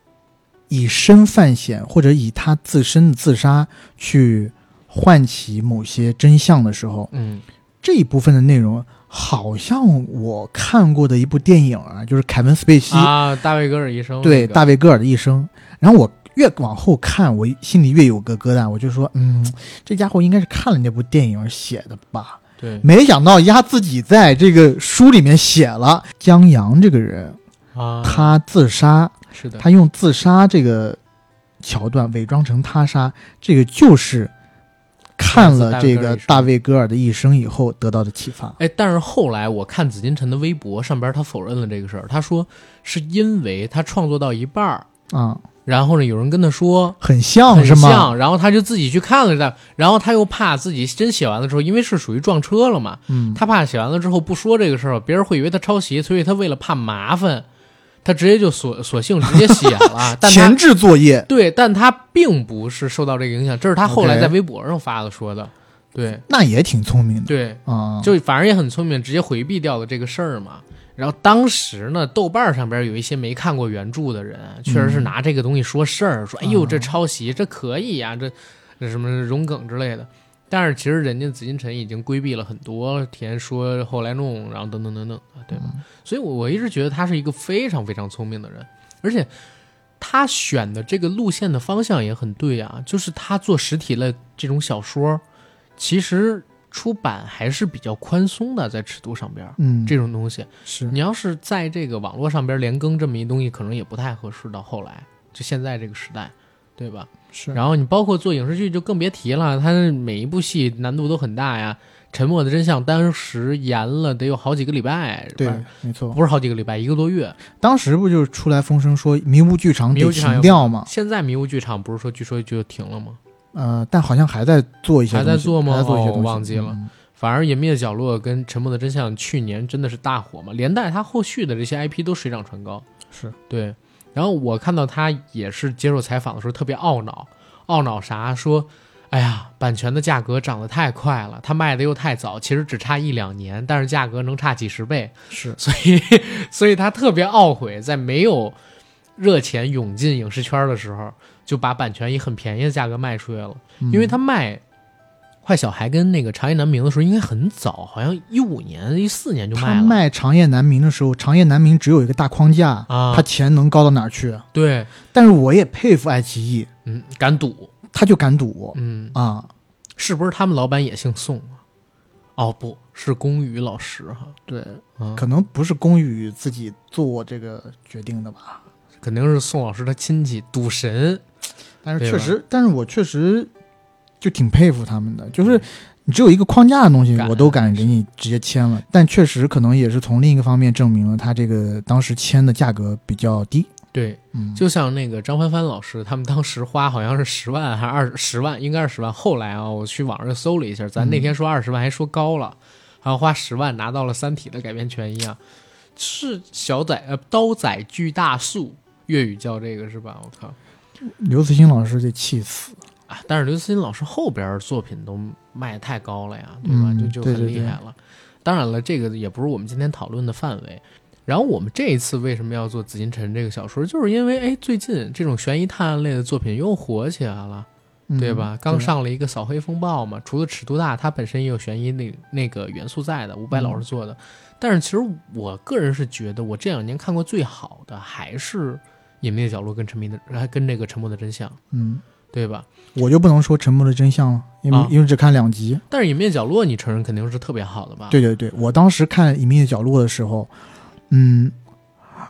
S3: 以身犯险，或者以他自身的自杀去唤起某些真相的时候，
S2: 嗯，
S3: 这一部分的内容。好像我看过的一部电影啊，就是凯文·斯贝西
S2: 啊，大卫戈尔医生
S3: 对
S2: 那个
S3: 大卫戈尔的一生。然后我越往后看，我心里越有个疙瘩，我就说，嗯，这家伙应该是看了那部电影写的吧？
S2: 对
S3: 没想到丫自己在这个书里面写了江阳这个人，
S2: 啊，
S3: 他自杀，
S2: 是的，
S3: 他用自杀这个桥段伪装成他杀，这个就是看了这个大卫戈尔的一生以后得到的启发。
S2: 哎，但是后来我看紫金陈的微博上边，他否认了这个事儿。他说是因为他创作到一半儿，
S3: 啊、
S2: 然后呢，有人跟他说
S3: 很像
S2: 很
S3: 哦是吗？
S2: 像，然后他就自己去看了一下，然后他又怕自己真写完了之后，因为是属于撞车了嘛，
S3: 嗯，
S2: 他怕写完了之后不说这个事儿，别人会以为他抄袭，所以他为了怕麻烦，他直接就索索性直接写 了。但
S3: 前
S2: 他
S3: 置作业。
S2: 对，但他并不是受到这个影响，这是他后来
S3: OK
S2: 在微博上发的说的。对
S3: 那也挺聪明的
S2: 对，
S3: 啊、
S2: 就反正也很聪明，直接回避掉了这个事儿嘛。然后当时呢，豆瓣上边有一些没看过原著的人，确实是拿这个东西说事儿，说哎呦这抄袭，这可以呀、这这什么融梗之类的。但是其实人家紫金陈已经规避了很多填说后来弄，然后等等等等啊，对吧？所以我我一直觉得他是一个非常非常聪明的人，而且他选的这个路线的方向也很对啊，就是他做实体类这种小说，其实出版还是比较宽松的，在尺度上边儿。
S3: 嗯，
S2: 这种东西，
S3: 是
S2: 你要是在这个网络上边连更这么一东西，可能也不太合适。到后来，就现在这个时代，对吧？
S3: 是，
S2: 然后你包括做影视剧，就更别提了，它每一部戏难度都很大呀。《沉默的真相》当时延了得有好几个礼拜，
S3: 对，没错。
S2: 不是好几个礼拜，一个多月。
S3: 当时不就是出来风声说迷雾剧场
S2: 迷雾
S3: 得
S2: 剧场要
S3: 停掉吗？
S2: 现在迷雾剧场不是说据说就停了吗？
S3: 呃，但好像还在做一些
S2: 还
S3: 东西，
S2: 在做吗
S3: 还在做一些
S2: 哦
S3: 东西，
S2: 忘记了
S3: 嗯
S2: 反而《隐秘的角落》跟《沉默的真相》去年真的是大火嘛，连带它后续的这些 IP 都水涨船高。
S3: 是，
S2: 对。然后我看到他也是接受采访的时候特别懊恼，懊恼啥？说，哎呀，版权的价格涨得太快了，它卖的又太早，其实只差一两年，但是价格能差几十倍，
S3: 是
S2: 所以，所以他特别懊悔，在没有热钱涌进影视圈的时候，就把版权以很便宜的价格卖出去了。
S3: 嗯
S2: 因为他卖《坏小孩》跟那个《长夜难明》的时候，应该很早，好像一五年、一四年就卖
S3: 他
S2: 了。
S3: 卖《长夜难明》的时候，《长夜难明》只有一个大框架，
S2: 啊
S3: 他钱能高到哪儿去？
S2: 对，
S3: 但是我也佩服爱奇艺，
S2: 嗯，敢赌，
S3: 他就敢赌、
S2: 嗯，
S3: 啊！
S2: 是不是他们老板也姓宋啊？哦，不是龚宇老师哈，
S3: 对，
S2: 嗯，
S3: 可能不是龚宇自己做这个决定的吧，
S2: 肯定是宋老师他亲戚赌神，
S3: 但是
S2: 对
S3: 确
S2: 吧
S3: 实，但是我确实就挺佩服他们的，就是你只有一个框架的东西，
S2: 敢啊
S3: 我都敢给你直接签了。但确实可能也是从另一个方面证明了他这个当时签的价格比较低。
S2: 对，
S3: 嗯，
S2: 就像那个张帆帆老师，他们当时花好像是十万还是二十万，应该是十万。后来啊，我去网上搜了一下，咱那天说二十万还说高了，好像花十万拿到了《三体》的改编权一样，是小仔呃刀仔锯大树，粤语叫这个是吧？我靠
S3: 刘慈欣老师得气死。
S2: 啊！但是刘慈欣老师后边儿作品都卖得太高了呀，对吧？
S3: 嗯
S2: 就就
S3: 对
S2: 很
S3: 对
S2: 厉
S3: 对
S2: 害了。当然了，这个也不是我们今天讨论的范围。然后我们这一次为什么要做《紫禁城》这个小说，就是因为哎，最近这种悬疑探案类的作品又火起来了，
S3: 嗯
S2: 对吧？刚
S3: 对
S2: 上了一个《扫黑风暴》嘛，除了尺度大，它本身也有悬疑那那个元素在的，伍佰
S3: 嗯
S2: 老师做的。但是其实我个人是觉得，我这两年看过最好的还是《隐秘的角落》跟《沉迷的》还跟那个《沉默的真相》，
S3: 嗯，
S2: 对吧？
S3: 我就不能说《沉默的真相》了，因为、
S2: 啊
S3: 因为只看两集。
S2: 但是《隐秘的角落》，你承认肯定是特别好的吧？
S3: 对对对，我当时看《隐秘的角落》的时候，嗯，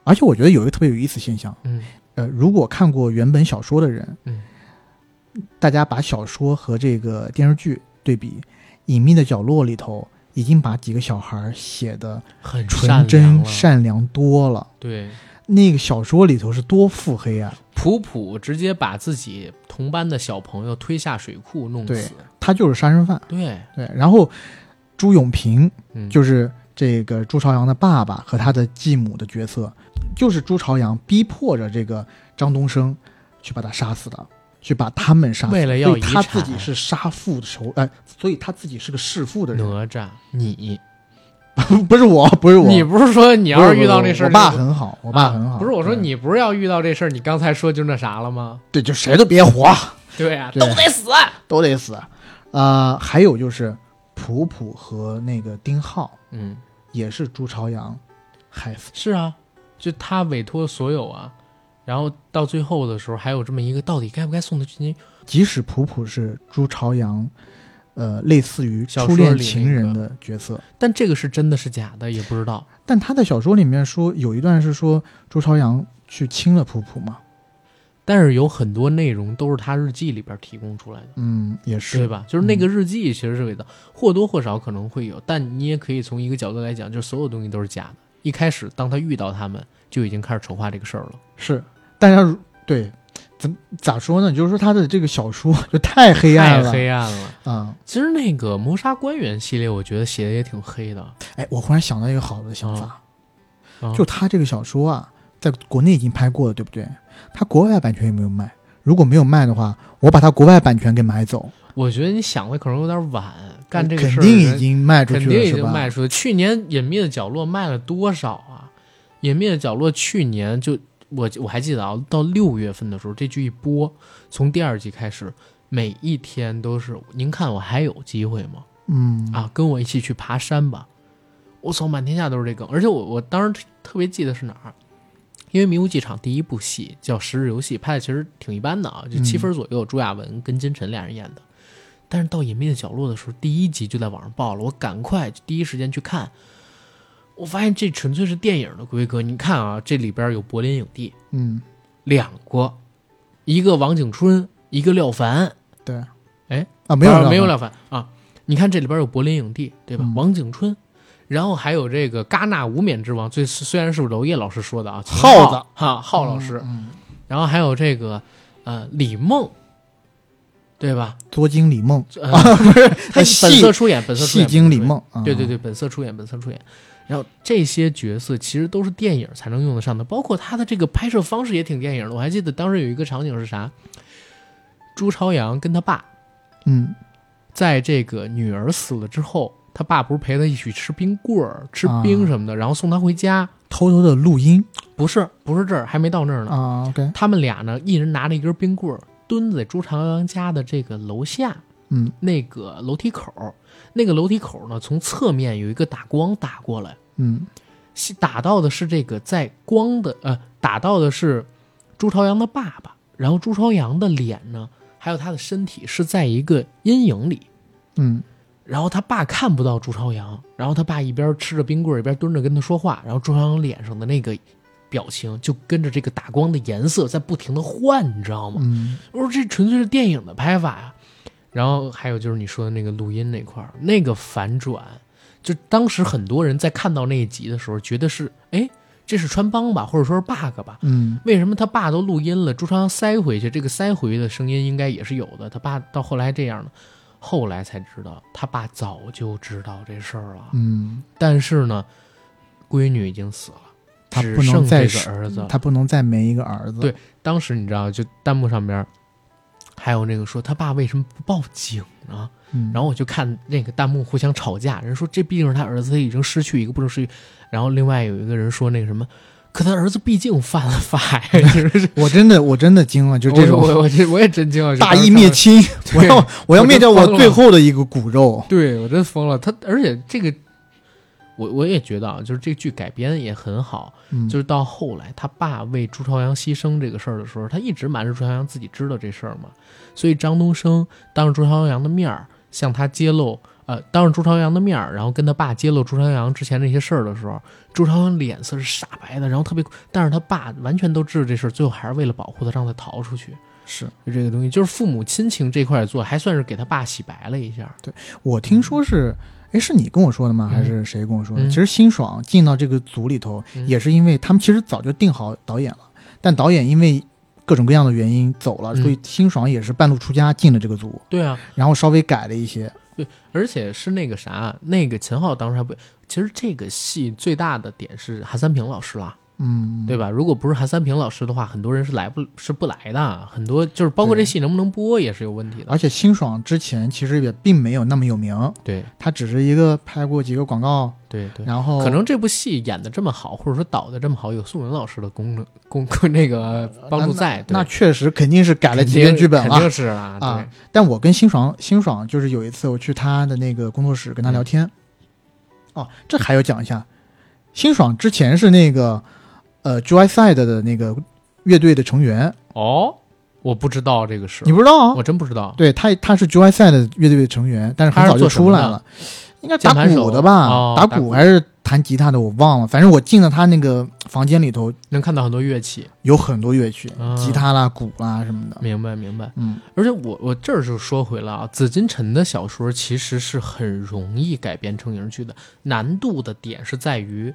S3: 而且我觉得有一个特别有意思现象，
S2: 嗯，
S3: 呃，如果看过原本小说的人，
S2: 嗯，
S3: 大家把小说和这个电视剧对比，《隐秘的角落》里头已经把几个小孩儿写的
S2: 很
S3: 纯
S2: 良
S3: 真
S2: 了
S3: 善良多了。
S2: 对。
S3: 那个小说里头是多腹黑啊！
S2: 普普直接把自己同班的小朋友推下水库弄死，
S3: 他就是杀人犯，
S2: 对，
S3: 对。然后朱永平
S2: 嗯，
S3: 就是这个朱朝阳的爸爸和他的继母的角色，就是朱朝阳逼迫着这个张东升去把他杀死的，去把他们杀死的。
S2: 为了要
S3: 所以他
S2: 遗产
S3: 自己是杀父仇，哎、所以他自己是个弑父的人，
S2: 哪吒，你
S3: 不是我，不是我。
S2: 你不是说你
S3: 你
S2: 要是遇到这事儿，
S3: 我爸
S2: 你就啊
S3: 很好，我爸很好。
S2: 不是我说
S3: 对，
S2: 你不是要遇到这事儿，你刚才说就那啥了吗？
S3: 对，就谁都别活，
S2: 对啊，
S3: 对
S2: 都得死。
S3: 都得死。呃，还有就是普普和那个丁浩
S2: 嗯，
S3: 也是朱朝阳害死的。
S2: 是啊，就他委托所有啊，然后到最后的时候还有这么一个到底该不该送他去监狱？
S3: 即使普普是朱朝阳呃，类似于
S2: 小
S3: 初
S2: 说
S3: 恋
S2: 里
S3: 情
S2: 那
S3: 人
S2: 个
S3: 的角色。
S2: 但这个是真的是假的也不知道。
S3: 但他在小说里面说有一段是说朱朝阳去亲了普普嘛，
S2: 但是有很多内容都是他日记里边提供出来的，
S3: 嗯，也
S2: 对
S3: 是，
S2: 吧？就是那个日记其实是伪造，或多或少可能会有，但你也可以从一个角度来讲，就是所有东西都是假的。一开始当他遇到他们，就已经开始筹划这个事儿了。
S3: 是，大家如对怎咋说呢？就是说他的这个小说就太黑暗了
S2: 太黑暗了。
S3: 啊、
S2: 其实那个谋杀官员系列，我觉得写的也挺黑的。
S3: 哎，我忽然想到一个好的想法，
S2: 啊
S3: 就他这个小说啊，在国内已经拍过了，对不对？他国外版权有没有卖？如果没有卖的话，我把他国外版权给买走，
S2: 我觉得你想的可能有点晚，干这个
S3: 肯
S2: 事儿的
S3: 定
S2: 人
S3: 已经卖出
S2: 肯
S3: 去
S2: 定
S3: 了，
S2: 已
S3: 是
S2: 经
S3: 吧？
S2: 卖出去。去年《隐秘的角落》卖了多少啊？《隐秘的角落》去年就我我还记得啊，到六月份的时候，这剧一播，从第二集开始，每一天都是您看我还有机会吗？
S3: 嗯
S2: 啊，跟我一起去爬山吧！我操，满天下都是这梗，而且我我当时特特别记得是哪儿，因为《迷雾剧场》第一部戏叫《十日游戏》，拍的其实挺一般的啊，就七
S3: 嗯
S2: 分左右，朱亚文跟金晨俩人演的。但是到《隐秘的角落》的时候，第一集就在网上爆了，我赶快第一时间去看，我发现这纯粹是电影的规格。你看啊，这里边有柏林影帝
S3: 嗯，
S2: 两个，一个王景春，一个廖凡，
S3: 对。
S2: 哎
S3: 啊，没有
S2: 不
S3: 料
S2: 是
S3: 到
S2: 没有廖凡啊！你看这里边有柏林影帝，对吧？
S3: 嗯
S2: 王景春，然后还有这个戛纳无冕之王，最虽然是娄烨老师说的啊，秦
S3: 耗子
S2: 哈浩老师，
S3: 嗯，嗯
S2: 然后还有这个呃李梦，对吧？
S3: 作精李梦，
S2: 呃、
S3: 不是
S2: 他本
S3: 戏
S2: 色出演，本色出
S3: 戏
S2: 演，
S3: 精
S2: 本色
S3: 李
S2: 出演，
S3: 梦，嗯
S2: 对对，对，本色出演，本色出演。然后这些角色其实都是电影才能用得上的，包括他的这个拍摄方式也挺电影的。我还记得当时有一个场景是啥，朱朝阳跟他爸
S3: 嗯，
S2: 在这个女儿死了之后，他爸不是陪他一起吃冰棍儿、吃冰什么的，然后送他回家？
S3: 偷偷的录音
S2: 啊不是，不是这儿，还没到那儿呢。
S3: 啊，OK，
S2: 他们俩呢，一人拿着一根冰棍儿，蹲在朱朝阳家的这个楼下
S3: 嗯
S2: 那个楼梯口儿。那个楼梯口儿呢，从侧面有一个打光打过来，
S3: 嗯
S2: 是打到的是这个在光的呃，打到的是朱朝阳的爸爸，然后朱朝阳的脸呢，还有他的身体是在一个阴影里。
S3: 嗯
S2: 然后他爸看不到朱朝阳，然后他爸一边吃着冰棍儿一边蹲着跟他说话，然后朱朝阳脸上的那个表情就跟着这个打光的颜色在不停的换，你知道吗？
S3: 嗯，
S2: 我说这纯粹是电影的拍法呀、然后还有就是你说的那个录音那块儿，那个反转，就当时很多人在看到那一集的时候，觉得是哎这是穿帮吧，或者说是 bug 吧，
S3: 嗯
S2: 为什么他爸都录音了，朱朝阳塞回去，这个塞回的声音应该也是有的。他爸到后来这样呢，后来才知道，他爸早就知道这事儿了。
S3: 嗯，
S2: 但是呢，闺女已经死了，
S3: 他
S2: 只
S3: 不能
S2: 剩
S3: 再
S2: 这
S3: 是
S2: 个儿子了。
S3: 他不能再没一个儿子，
S2: 啊对当时你知道，就弹幕上边儿还有那个说他爸为什么不报警呢？
S3: 嗯，
S2: 然后我就看那个弹幕互相吵架，人说这毕竟是他儿子，他已经失去一个不能失去。然后另外有一个人说那个什么，可他儿子毕竟犯了法呀， 就是
S3: 我真的我真的惊啊了，就这
S2: 我
S3: 种
S2: 我我这我也真惊了，
S3: 大
S2: 当时
S3: 义灭
S2: 看了，
S3: 亲，我
S2: 对
S3: 要我要
S2: 我
S3: 灭
S2: 真
S3: 掉我
S2: 疯了
S3: 最后的一个骨肉，
S2: 对我真疯了。他而且这个，我我也觉得啊，就是这剧改编也很好。
S3: 嗯，
S2: 就是到后来他爸为朱朝阳牺牲这个事儿的时候，他一直瞒着朱朝阳自己知道这事儿嘛，所以张东升当着朱朝阳的面儿向他揭露。呃，当着朱朝阳的面儿，然后跟他爸揭露朱朝阳之前那些事儿的时候，朱朝阳脸色是煞白的，然后特别，但是他爸完全都知道这事儿，最后还是为了保护他，让他逃出去。
S3: 是
S2: 就这个东西，就是父母亲情这块做，还算是给他爸洗白了一下。
S3: 我听说是。哎，是你跟我说的吗？还是谁跟我说的？
S2: 嗯
S3: 其实辛爽进到这个组里头，
S2: 嗯
S3: 也是因为他们其实早就定好导演了，但导演因为各种各样的原因走了，
S2: 嗯
S3: 所以辛爽也是半路出家进了这个组，
S2: 对啊，
S3: 然后稍微改了一些。
S2: 而且是那个啥，那个秦昊当时还不，其实这个戏最大的点是韩三平老师啦，
S3: 嗯，
S2: 对吧？如果不是韩三平老师的话，很多人是来不是不来的，很多就是包括
S3: 对
S2: 这戏能不能播也是有问题的。
S3: 而且辛爽之前其实也并没有那么有名，
S2: 对
S3: 他只是一个拍过几个广告，
S2: 对对，
S3: 然后
S2: 可能这部戏演的这么好，或者说导的这么好，有素文老师的功功 功那个帮助在，对
S3: 呃那确实肯定是改了
S2: 肯定
S3: 几遍剧本
S2: 肯定
S3: 了。
S2: 是啊，
S3: 啊
S2: 对，
S3: 但我跟辛爽，辛爽就是有一次我去他的那个工作室跟
S2: 嗯
S3: 他聊天，哦，这还要讲一下，辛爽之前是那个呃 Joyside 的那个乐队的成员，
S2: 哦，我不知道这个事
S3: 你，不知道啊
S2: 我？真不知道。
S3: 对他，他是 Joy 赛的乐队的成员，但是
S2: 他
S3: 很
S2: 是
S3: 早就
S2: 做什
S3: 出
S2: 么
S3: 来
S2: 的
S3: 了，应该
S2: 键
S3: 打
S2: 盘手
S3: 鼓的吧？
S2: 哦
S3: 打
S2: 打鼓
S3: 鼓还是弹吉他的，我忘了。反正我进了他那个房间里头，
S2: 能看到很多乐器，
S3: 有很多乐器，
S2: 啊
S3: 吉他啦、鼓啦什么的。
S2: 明白明白。
S3: 嗯，
S2: 而且我我这儿就说回来啊，紫金陈的小说其实是很容易改编成影视剧的，难度的点是在于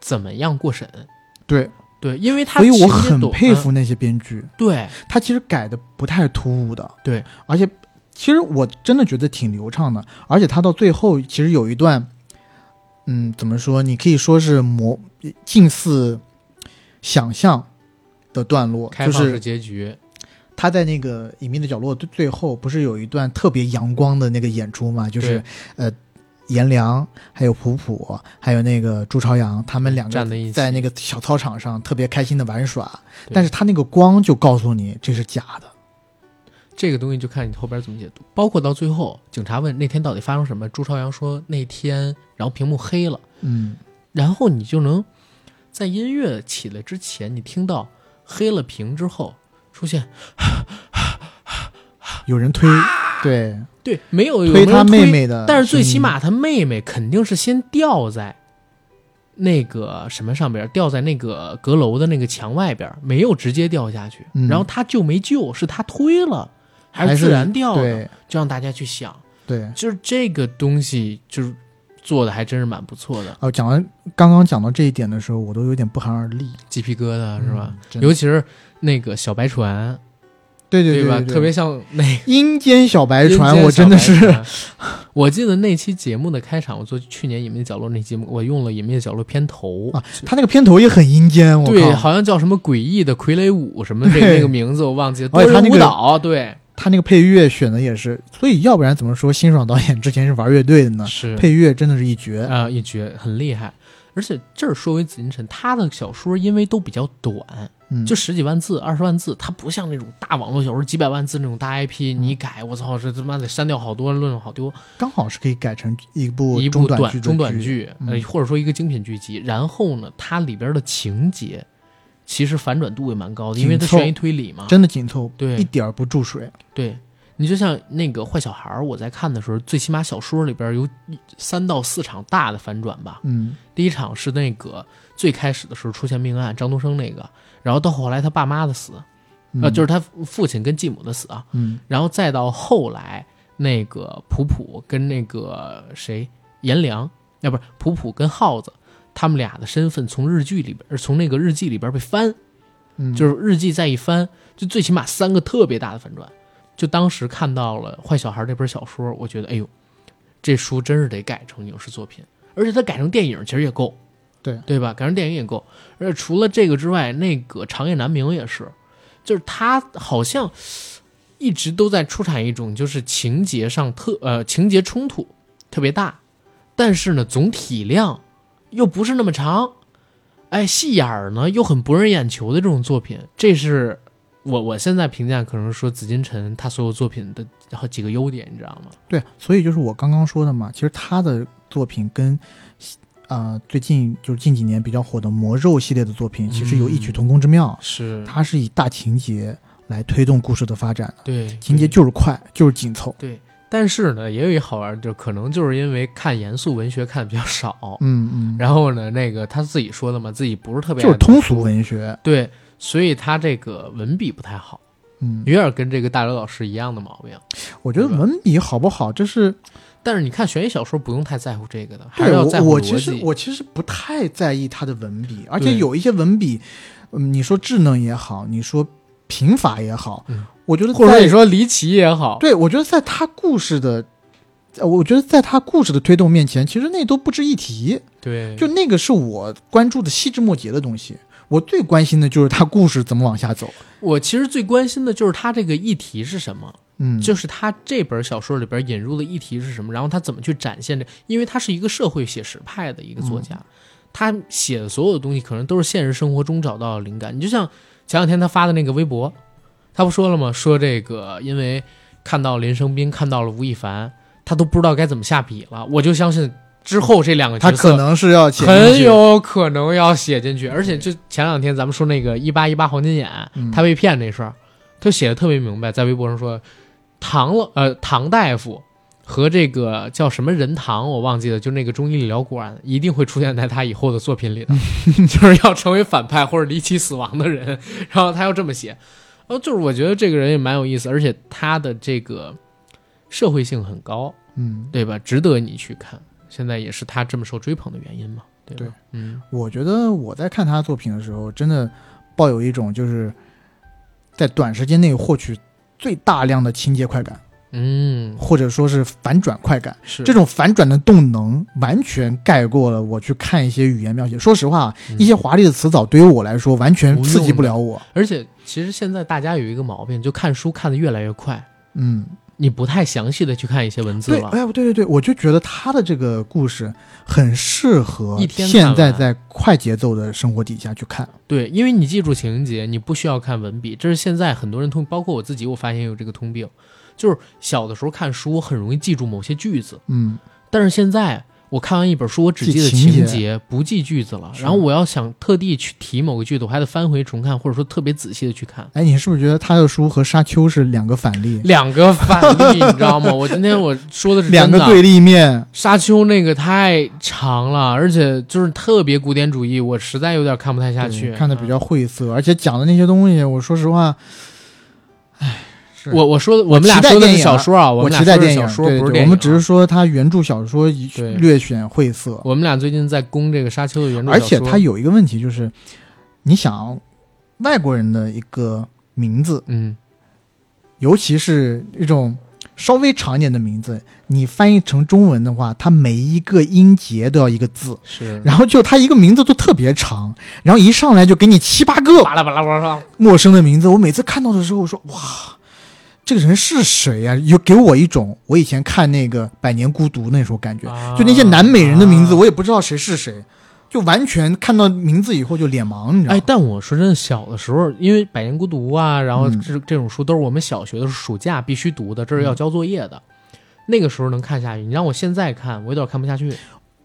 S2: 怎么样过审。
S3: 对，
S2: 对，因为他
S3: 所以我
S2: 情节
S3: 很
S2: 短
S3: 佩服那些编剧，
S2: 对，
S3: 他其实改的不太突兀的。
S2: 对，
S3: 而且其实我真的觉得挺流畅的，而且他到最后其实有一段，嗯，怎么说？你可以说是模呃近似想象的段落，
S2: 开
S3: 就
S2: 放
S3: 是
S2: 式结局，
S3: 他在那个隐秘的角落最最后不是有一段特别阳光的那个演出嘛？就是
S2: 对
S3: 呃，颜良还有普普，还有那个朱朝阳，他们两
S2: 站
S3: 个
S2: 在一起
S3: 在那个小操场上特别开心的玩耍，
S2: 对
S3: 但是他那个光就告诉你这是假的。
S2: 这个东西就看你后边怎么解读。包括到最后，警察问那天到底发生什么，朱朝阳说那天，然后屏幕黑了，
S3: 嗯，
S2: 然后你就能在音乐起来之前，你听到黑了屏之后出现
S3: 有人推，
S2: 啊
S3: 对，
S2: 对，没有有没
S3: 推
S2: 有
S3: 他
S2: 推
S3: 妹妹的声音，
S2: 但是最起码他妹妹肯定是先吊在那个什么上边，吊在那个阁楼的那个墙外边，没有直接掉下去。
S3: 嗯
S2: 然后他救没救，是他推了还
S3: 还
S2: 是
S3: 是
S2: 自然掉的？
S3: 对
S2: 就让大家去想，
S3: 对。
S2: 就是这个东西就是做的还真是蛮不错的，
S3: 哦，讲完刚刚讲到这一点的时候，我都有点不寒而栗，
S2: 鸡皮疙瘩啊是吧？
S3: 嗯？真的
S2: 尤其是那个小白船，
S3: 对对
S2: 吧？
S3: 对，
S2: 特别像那个
S3: 阴间小啊白
S2: 阴
S3: 船，
S2: 间
S3: 我
S2: 小
S3: 真的
S2: 白
S3: 是
S2: 船。 我记得那期节目的开场，我做去年《隐秘的角落》那节目，我用了《隐秘的角落》片头
S3: 啊，他那个片头也很阴间，我
S2: 对，
S3: 靠，
S2: 好像叫什么诡异的傀儡舞什 么这个
S3: 对
S2: 那个名字我忘记了，多
S3: 而且他
S2: 人
S3: 那个
S2: 舞蹈，对，
S3: 他那个配乐选的也是，所以要不然怎么说辛爽导演之前是玩乐队的呢？
S2: 是
S3: 啊配乐真的是一绝。
S2: 啊，一绝很厉害。而且这儿说回紫金陈，他的小说因为都比较短，
S3: 嗯，
S2: 就是十几万字、二十万字，它不像那种大网络小说几百万字那种大
S3: 嗯
S2: IP，你改我操，这他妈得删掉好多，论好多，
S3: 刚好是可以改成一部
S2: 一
S3: 中
S2: 部
S3: 短
S2: 短
S3: 剧的
S2: 中短，剧，
S3: 嗯
S2: 呃，或者说一个精品剧集。然后呢，它里边的情节其实反转度也蛮高的，因为它
S3: 紧凑
S2: 悬疑推理嘛。
S3: 真的紧凑，
S2: 啊对
S3: 一点儿不注水。
S2: 对，你就像那个坏小孩儿，我在看的时候，最起码小说里边有一三到四场大的反转吧。
S3: 嗯，
S2: 第一场是那个最开始的时候出现命案，张东升那个，然后到后来他爸妈的死，
S3: 嗯
S2: 呃，就是他父亲跟继母的死啊，
S3: 嗯，
S2: 然后再到后来那个普普跟那个谁颜良，要不是普普跟耗子，他们俩的身份从日剧里边，呃从那个日记里边被翻，
S3: 嗯
S2: 就是日记再一翻，就最起码三个特别大的反转。就当时看到了《坏小孩》这本小说，我觉得，哎呦，这书真是得改成影视作品，而且它改成电影其实也够，
S3: 对
S2: 对吧？改成电影也够。而且除了这个之外，那个《长夜难明》也是，就是他好像一直都在出产一种就是情节上特呃情节冲突特别大，但是呢总体量又不是那么长，哎，戏眼儿呢又很博人眼球的这种作品，这是我我现在评价可能说紫金陈他所有作品的好几个优点，你知道吗？
S3: 对，所以就是我刚刚说的嘛，其实他的作品跟。呃，最近就是近几年比较火的魔咒系列的作品，其实有异曲同工之妙。
S2: 是
S3: 它是以大情节来推动故事的发展
S2: 嗯
S3: 的，
S2: 对
S3: 情节就是快，就是紧凑。
S2: 对。但是呢，也有一好玩儿，就可能就是因为看严肃文学看的比较少，
S3: 嗯嗯，
S2: 然后呢，那个他自己说的嘛，自己不是特别
S3: 就是
S2: 爱
S3: 通
S2: 读
S3: 俗
S2: 书
S3: 文学。
S2: 对，所以他这个文笔不太好，
S3: 嗯，
S2: 有点跟这个大刘老师一样的毛病。
S3: 我觉得文笔好不好，这是
S2: 但是你看悬疑小说不用太在乎这个的，还
S3: 对
S2: 是要
S3: 我
S2: 在乎
S3: 我其
S2: 逻
S3: 实
S2: 辑。
S3: 我其实不太在意他的文笔，而且
S2: 对
S3: 有一些文笔，嗯，你说稚嫩也好，你说贫乏也好，
S2: 嗯
S3: 我觉得在
S2: 或者说你说离奇也好，
S3: 对我觉得在他故事的。呃我觉得在他故事的推动面前，其实那都不值一提。
S2: 对，
S3: 就那个是我关注的细枝末节的东西，我最关心的就是他故事怎么往下走。
S2: 我其实最关心的就是他这个议题是什么，
S3: 嗯，
S2: 就是他这本小说里边引入的议题是什么，然后他怎么去展现这，因为他是一个社会写实派的一个作家，他写的所有的东西可能都是现实生活中找到的灵感。你就像前两天他发的那个微博，他不说了吗？说这个因为看到林生斌，看到了吴亦凡，他都不知道该怎么下笔了。我就相信之后这两个
S3: 他
S2: 角色
S3: 可能是要写进
S2: 很
S3: 去
S2: 有可能要写进去，而且就前两天咱们说那个一八一八黄金眼，
S3: 嗯
S2: 他被骗那事儿，他写的特别明白，在微博上说，唐老呃唐大夫和这个叫什么仁堂我忘记了，就那个中医理疗馆一定会出现在他以后的作品里 的，就是要成为反派或者离奇死亡的人，然后他要这么写，呃，就是我觉得这个人也蛮有意思，而且他的这个社会性很高，
S3: 嗯，
S2: 对吧？值得你去看，现在也是他这么受追捧的原因嘛，对吧？
S3: 对
S2: 嗯，
S3: 我觉得我在看他作品的时候，真的抱有一种就是在短时间内获取最大量的情节快感，
S2: 嗯，
S3: 或者说是反转快感。
S2: 是
S3: 这种反转的动能完全盖过了我去看一些语言描写。说实话，
S2: 嗯
S3: 一些华丽的词藻对于我来说完全刺激不了我。
S2: 而且其实现在大家有一个毛病，就看书看得越来越快，
S3: 嗯，
S2: 你不太详细的去看一些文字
S3: 对，
S2: 了。
S3: 哎，对对对，我就觉得他的这个故事很适合
S2: 一天看
S3: 现
S2: 完
S3: 在在快节奏的生活底下去看。
S2: 对，因为你记住情节，你不需要看文笔，这是现在很多人通，包括我自己，我发现有这个通病，就是小的时候看书很容易记住某些句子，
S3: 嗯，
S2: 但是现在我看完一本书，我只记得
S3: 记情节
S2: 情节，不记句子了。
S3: 是
S2: 然后我要想特地去提某个句子，我还得翻回重看，或者说特别仔细的去看。
S3: 哎，你是不是觉得他的书和沙丘是两个反例，
S2: 两个反例，你知道 吗？我今天我说的是
S3: 两
S2: 真的
S3: 个对立面？
S2: 沙丘那个太长了，而且就是特别古典主义，我实在有点看不太下
S3: 对
S2: 去。
S3: 看的比
S2: 啊，
S3: 较晦涩，而且讲的那些东西，我说实话，哎，
S2: 我我说的我们俩
S3: 期待
S2: 说的是
S3: 电影
S2: 小说啊，
S3: 我
S2: 们俩
S3: 期
S2: 说
S3: 待
S2: 的
S3: 电
S2: 是
S3: 影
S2: 小，说，
S3: 对
S2: 不
S3: 对
S2: 是
S3: 对，
S2: 电
S3: 我
S2: 影啊
S3: 们只是说他原著小说一
S2: 对
S3: 略显晦涩，
S2: 我们俩最近在攻这个沙丘的原著
S3: 而
S2: 小说，
S3: 且他有一个问题就是，你想外国人的一个名字，
S2: 嗯，
S3: 尤其是一种稍微长一点的名字，你翻译成中文的话，它每一个音节都要一个字，
S2: 是
S3: 然后就它一个名字都特别长，然后一上来就给你七八个
S2: 巴拉巴拉巴拉，
S3: 陌生的名字。我每次看到的时候，我说哇，这个人是谁呀、有给我一种我以前看那个《百年孤独》那时候感觉，就那些南美人的名
S2: 嗯
S3: 字，
S2: 啊
S3: 我也不知道谁是谁。就完全看到名字以后就脸盲，你知道
S2: 哎
S3: 吗，？
S2: 但我说真的，小的时候，因为《百年孤独》啊，然后
S3: 嗯
S2: 这、这种书都是我们小学的时候暑假必须读的，这是要交作业的。那个时候能看下去，你让我现在看，我有点看不下去。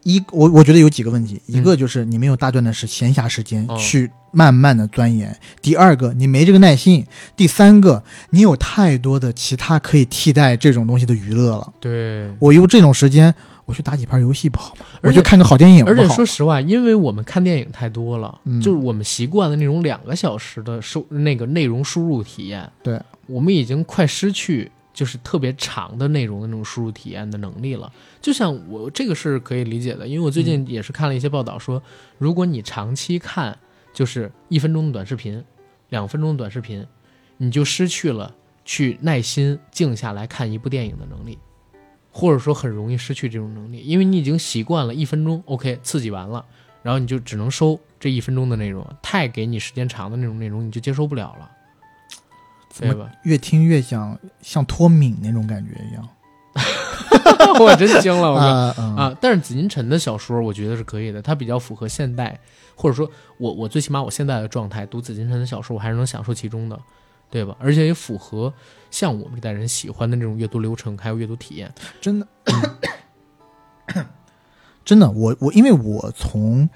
S3: 一我我觉得有几个问题，
S2: 嗯
S3: 一个就是你没有大段的时闲暇时间
S2: 哦
S3: 去慢慢的钻研，第二个你没这个耐心，第三个你有太多的其他可以替代这种东西的娱乐了。
S2: 对，
S3: 我用这种时间，我去打几盘游戏不好吗？
S2: 而
S3: 我
S2: 且
S3: 去看个好电影不
S2: 而且
S3: 好
S2: 说实话，因为我们看电影太多了，
S3: 嗯
S2: 就是我们习惯了那种两个小时的收那个内容输入体验。
S3: 对，
S2: 我们已经快失去就是特别长的内容的那种输入体验的能力了。就像我这个是可以理解的，因为我最
S3: 嗯
S2: 近也是看了一些报道说，如果你长期看就是一分钟的短视频、两分钟的短视频，你就失去了去耐心静下来看一部电影的能力。或者说很容易失去这种能力，因为你已经习惯了一分钟，OK，刺激完了，然后你就只能收这一分钟的内容，太给你时间长的那种内容你就接收不了了，
S3: 怎
S2: 对
S3: 么
S2: 吧？
S3: 越听越像像脱敏那种感觉一样。
S2: 我真惊了，我靠！
S3: 啊啊
S2: 啊，但是紫金陈的小说我觉得是可以的，它比较符合现代，或者说我我最起码我现在的状态，读紫金陈的小说，我还是能享受其中的，对吧？而且也符合像我们这代人喜欢的那种阅读流程，还有阅读体验。
S3: 真的， 真的，我我因为我从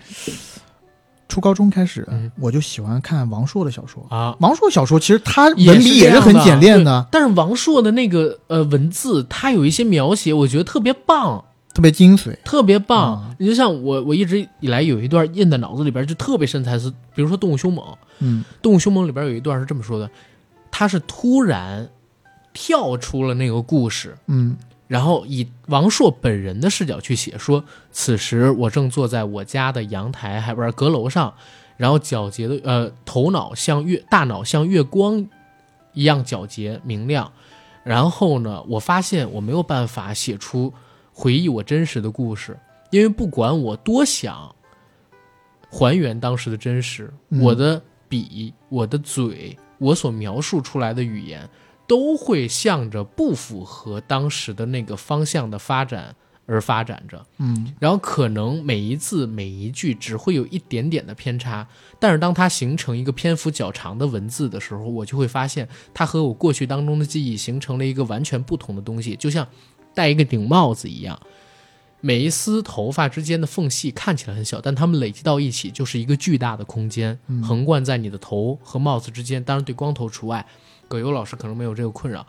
S3: 初高中开始
S2: 嗯，
S3: 我就喜欢看王朔的小说。
S2: 啊，
S3: 王朔小说其实他
S2: 也
S3: 文笔
S2: 这
S3: 也是
S2: 样
S3: 很简练
S2: 的
S3: 的，
S2: 对，但是王朔的那个呃文字，他有一些描写，我觉得特别棒，
S3: 特别精髓。
S2: 特别棒
S3: 嗯。
S2: 你就像我，我一直以来有一段印在脑子里边，就特别深层次，比如说《动物凶猛》，
S3: 嗯，
S2: 《动物凶猛》里边有一段是这么说的，他是突然跳出了那个故事，
S3: 嗯
S2: 然后以王朔本人的视角去写，说此时我正坐在我家的阳台，还不是阁楼上，然后皎洁的呃头脑像月大脑像月光一样皎洁明亮，然后呢，我发现我没有办法写出回忆我真实的故事，因为不管我多想还原当时的真实，
S3: 嗯
S2: 我的笔、我的嘴、我所描述出来的语言，都会向着不符合当时的那个方向的发展而发展着。
S3: 嗯，
S2: 然后可能每一字每一句只会有一点点的偏差，但是当它形成一个篇幅较长的文字的时候，我就会发现它和我过去当中的记忆形成了一个完全不同的东西，就像戴一个顶帽子一样，每一丝头发之间的缝隙看起来很小，但它们累积到一起就是一个巨大的空间，横贯在你的头和帽子之间，当然对光头除外。葛优老师可能没有这个困扰，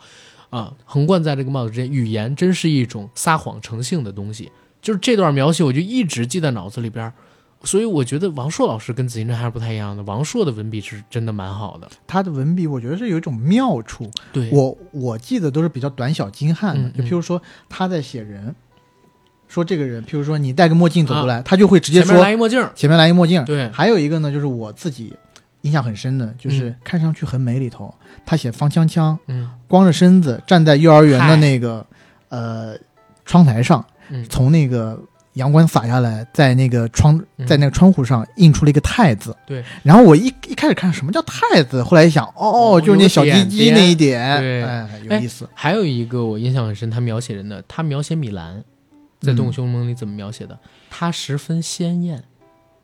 S2: 啊，横贯在这个帽子之间，语言真是一种撒谎成性的东西。就是这段描写，我就一直记在脑子里边儿，所以我觉得王朔老师跟紫金针还是不太一样的。王朔的文笔是真的蛮好的，
S3: 他的文笔我觉得是有一种妙处。
S2: 对，
S3: 我我记得都是比较短小精悍的，
S2: 嗯
S3: 就
S2: 嗯
S3: 譬如说他在写人，说这个人，譬如说你戴个墨镜走过来，他就会直接
S2: 啊前面
S3: 说
S2: 来一墨镜儿，
S3: 前面来一墨镜。
S2: 对
S3: 还有一个呢，就是我自己印象很深的，就是看上去很美里头，他写方锵锵
S2: 嗯
S3: 光着身子站在幼儿园的那个呃窗台上，
S2: 嗯，
S3: 从那个阳光洒下来，在那个窗
S2: 嗯
S3: 在那个窗户上印出了一个太字。
S2: 对，
S3: 然后我一一开始看什么叫太字，后来一想，哦，
S2: 哦
S3: 就是那小鸡鸡那一
S2: 有
S3: 点，
S2: 点
S3: 哎，有
S2: 哎
S3: 意思。
S2: 还有一个我印象很深，他描写人的，他描写米兰在《动物凶猛》里怎么描写的？他十分鲜艳，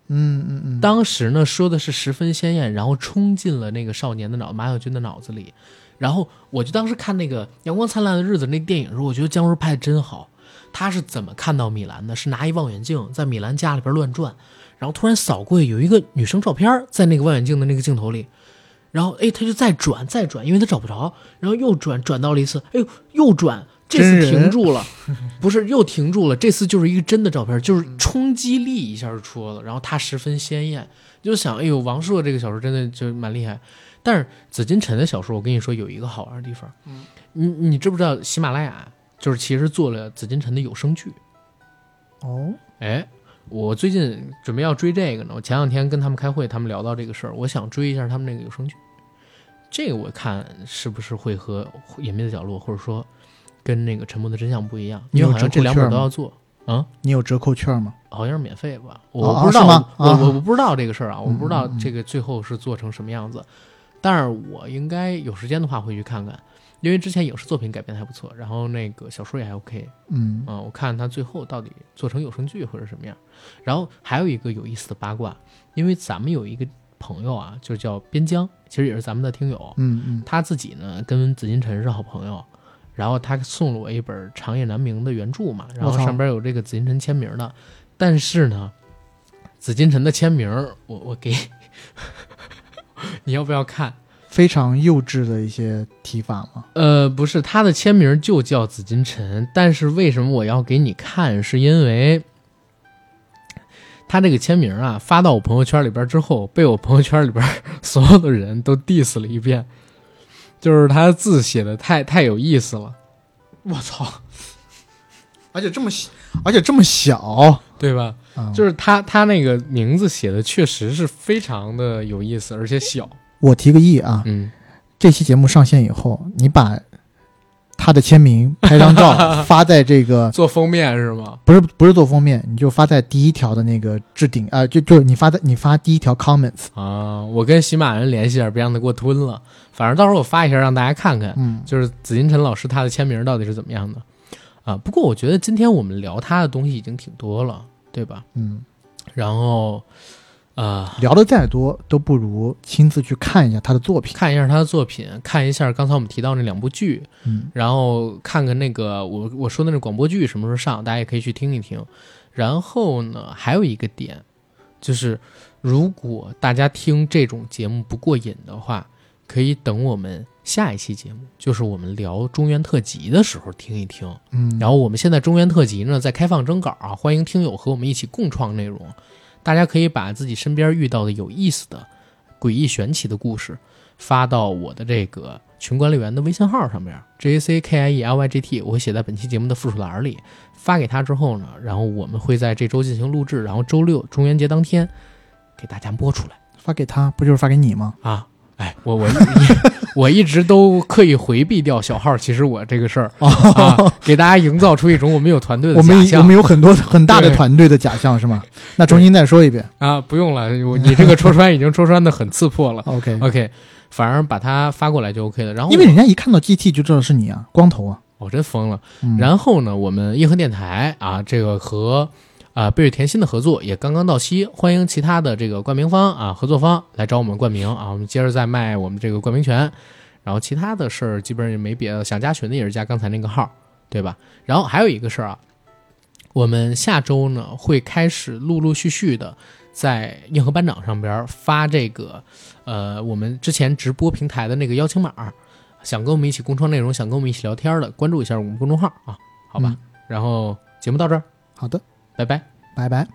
S3: 嗯嗯嗯，
S2: 当时呢说的是十分鲜艳，然后冲进了那个少年的脑马小军的脑子里。然后我就当时看那个《阳光灿烂的日子》那电影的时候，我觉得姜文拍的真好。他是怎么看到米兰的？是拿一望远镜在米兰家里边乱转，然后突然扫过去有一个女生照片在那个望远镜的那个镜头里，然后哎他就再转再转，因为他找不着，然后又转转到了一次，哎呦又转，这
S3: 真
S2: 次
S3: 人
S2: 停住了，不是又停住了，这次就是一个真的照片，就是冲击力一下就出来了，然后他十分鲜艳，就想哎呦王朔这个小说真的就蛮厉害，但是紫金陈的小说我跟你说有一个好玩的地方，
S3: 嗯，
S2: 你你知不知道喜马拉雅就是其实做了紫金陈的有声剧，
S3: 哦，
S2: 哎，我最近准备要追这个呢。我前两天跟他们开会，他们聊到这个事儿，我想追一下他们那个有声剧。这个我看是不是会和《隐秘的角落》或者说跟那个《沉默的真相》不一样？
S3: 你
S2: 因
S3: 有
S2: 为好像这两本都要做，
S3: 你有折扣券吗？
S2: 好像是免费吧？
S3: 哦
S2: 我
S3: 哦
S2: 不知道，
S3: 是吗
S2: 我
S3: 啊
S2: 我我不知道这个事儿啊，我不知道
S3: 嗯嗯嗯
S2: 这个最后是做成什么样子。但是我应该有时间的话会去看看，因为之前影视作品改编的还不错，然后那个小说也还 OK，
S3: 嗯，
S2: 嗯，我看他最后到底做成有声剧或者什么样。然后还有一个有意思的八卦，因为咱们有一个朋友啊，就叫边疆，其实也是咱们的听友，
S3: 嗯嗯，
S2: 他自己呢跟紫金陈是好朋友，然后他送了我一本《长夜难明》的原著嘛，然后
S3: 我操
S2: 上边有这个紫金陈签名的，但是呢，紫金陈的签名儿我我给， 你要不要看？
S3: 非常幼稚的一些提法嘛。
S2: 呃，不是，他的签名就叫紫金陈，但是为什么我要给你看？是因为他这个签名啊，发到我朋友圈里边之后，被我朋友圈里边所有的人都 diss 了一遍，就是他字写的太太有意思了，
S3: 我操！而且这么小，而且这么小，
S2: 对吧？
S3: 嗯、
S2: 就是他他那个名字写的确实是非常的有意思，而且小，
S3: 我提个议啊，
S2: 嗯，
S3: 这期节目上线以后，你把他的签名拍张照 发在这个
S2: 做封面是吗？
S3: 不是不是做封面，你就发在第一条的那个置顶啊、呃就就你发在你发第一条 comments，
S2: 啊，我跟喜马人联系一下，别让他给我吞了。反正到时候我发一下，让大家看看。
S3: 嗯，
S2: 就是紫金陈老师他的签名到底是怎么样的啊？不过我觉得今天我们聊他的东西已经挺多了，对吧？
S3: 嗯，
S2: 然后，呃，
S3: 聊的再多都不如亲自去看一下他的作品，
S2: 看一下他的作品，看一下刚才我们提到那两部剧，
S3: 嗯，
S2: 然后看看那个我我说的那广播剧什么时候上，大家也可以去听一听。然后呢，还有一个点，就是如果大家听这种节目不过瘾的话，可以等我们下一期节目，就是我们聊中原特辑的时候听一听。
S3: 嗯，
S2: 然后我们现在中原特辑呢在开放征稿啊，欢迎听友和我们一起共创内容。大家可以把自己身边遇到的有意思的、诡异玄奇的故事发到我的这个群管理员的微信号上面，J A C K I E L Y G T，我会写在本期节目的附属栏里。发给他之后呢，然后我们会在这周进行录制，然后周六中元节当天给大家播出来
S3: 发给他不就是发给你吗？
S2: 啊。哎，我我 我一直都刻意回避掉小号，其实我这个事儿啊，给大家营造出一种我们有团队的
S3: 哦我们
S2: 假
S3: 我
S2: 象
S3: 们有很多很大的
S2: 对
S3: 团队的假象是吗？那重新再说一遍
S2: 啊，不用了，我你这个戳穿已经戳穿的很刺破 了。
S3: ，OK，
S2: OK，反而把它发过来就 OK 了。然后
S3: 因为人家一看到 GT 就知道是你啊，光头啊，
S2: 我、真疯了。
S3: 嗯，
S2: 然后呢，我们硬核电台啊，这个和啊贝瑞甜心的合作也刚刚到期，欢迎其他的这个冠名方啊合作方来找我们冠名啊，我们接着再卖我们这个冠名权。然后其他的事儿基本上也没别的，想加群的也是加刚才那个号，对吧？然后还有一个事儿啊，我们下周呢会开始陆陆续续的在硬核班长上边儿发这个，呃，我们之前直播平台的那个邀请码儿，想跟我们一起共创内容，想跟我们一起聊天的，关注一下我们公众号啊，好吧？然后节目到这儿，
S3: 好的，
S2: 拜拜。
S3: 拜拜。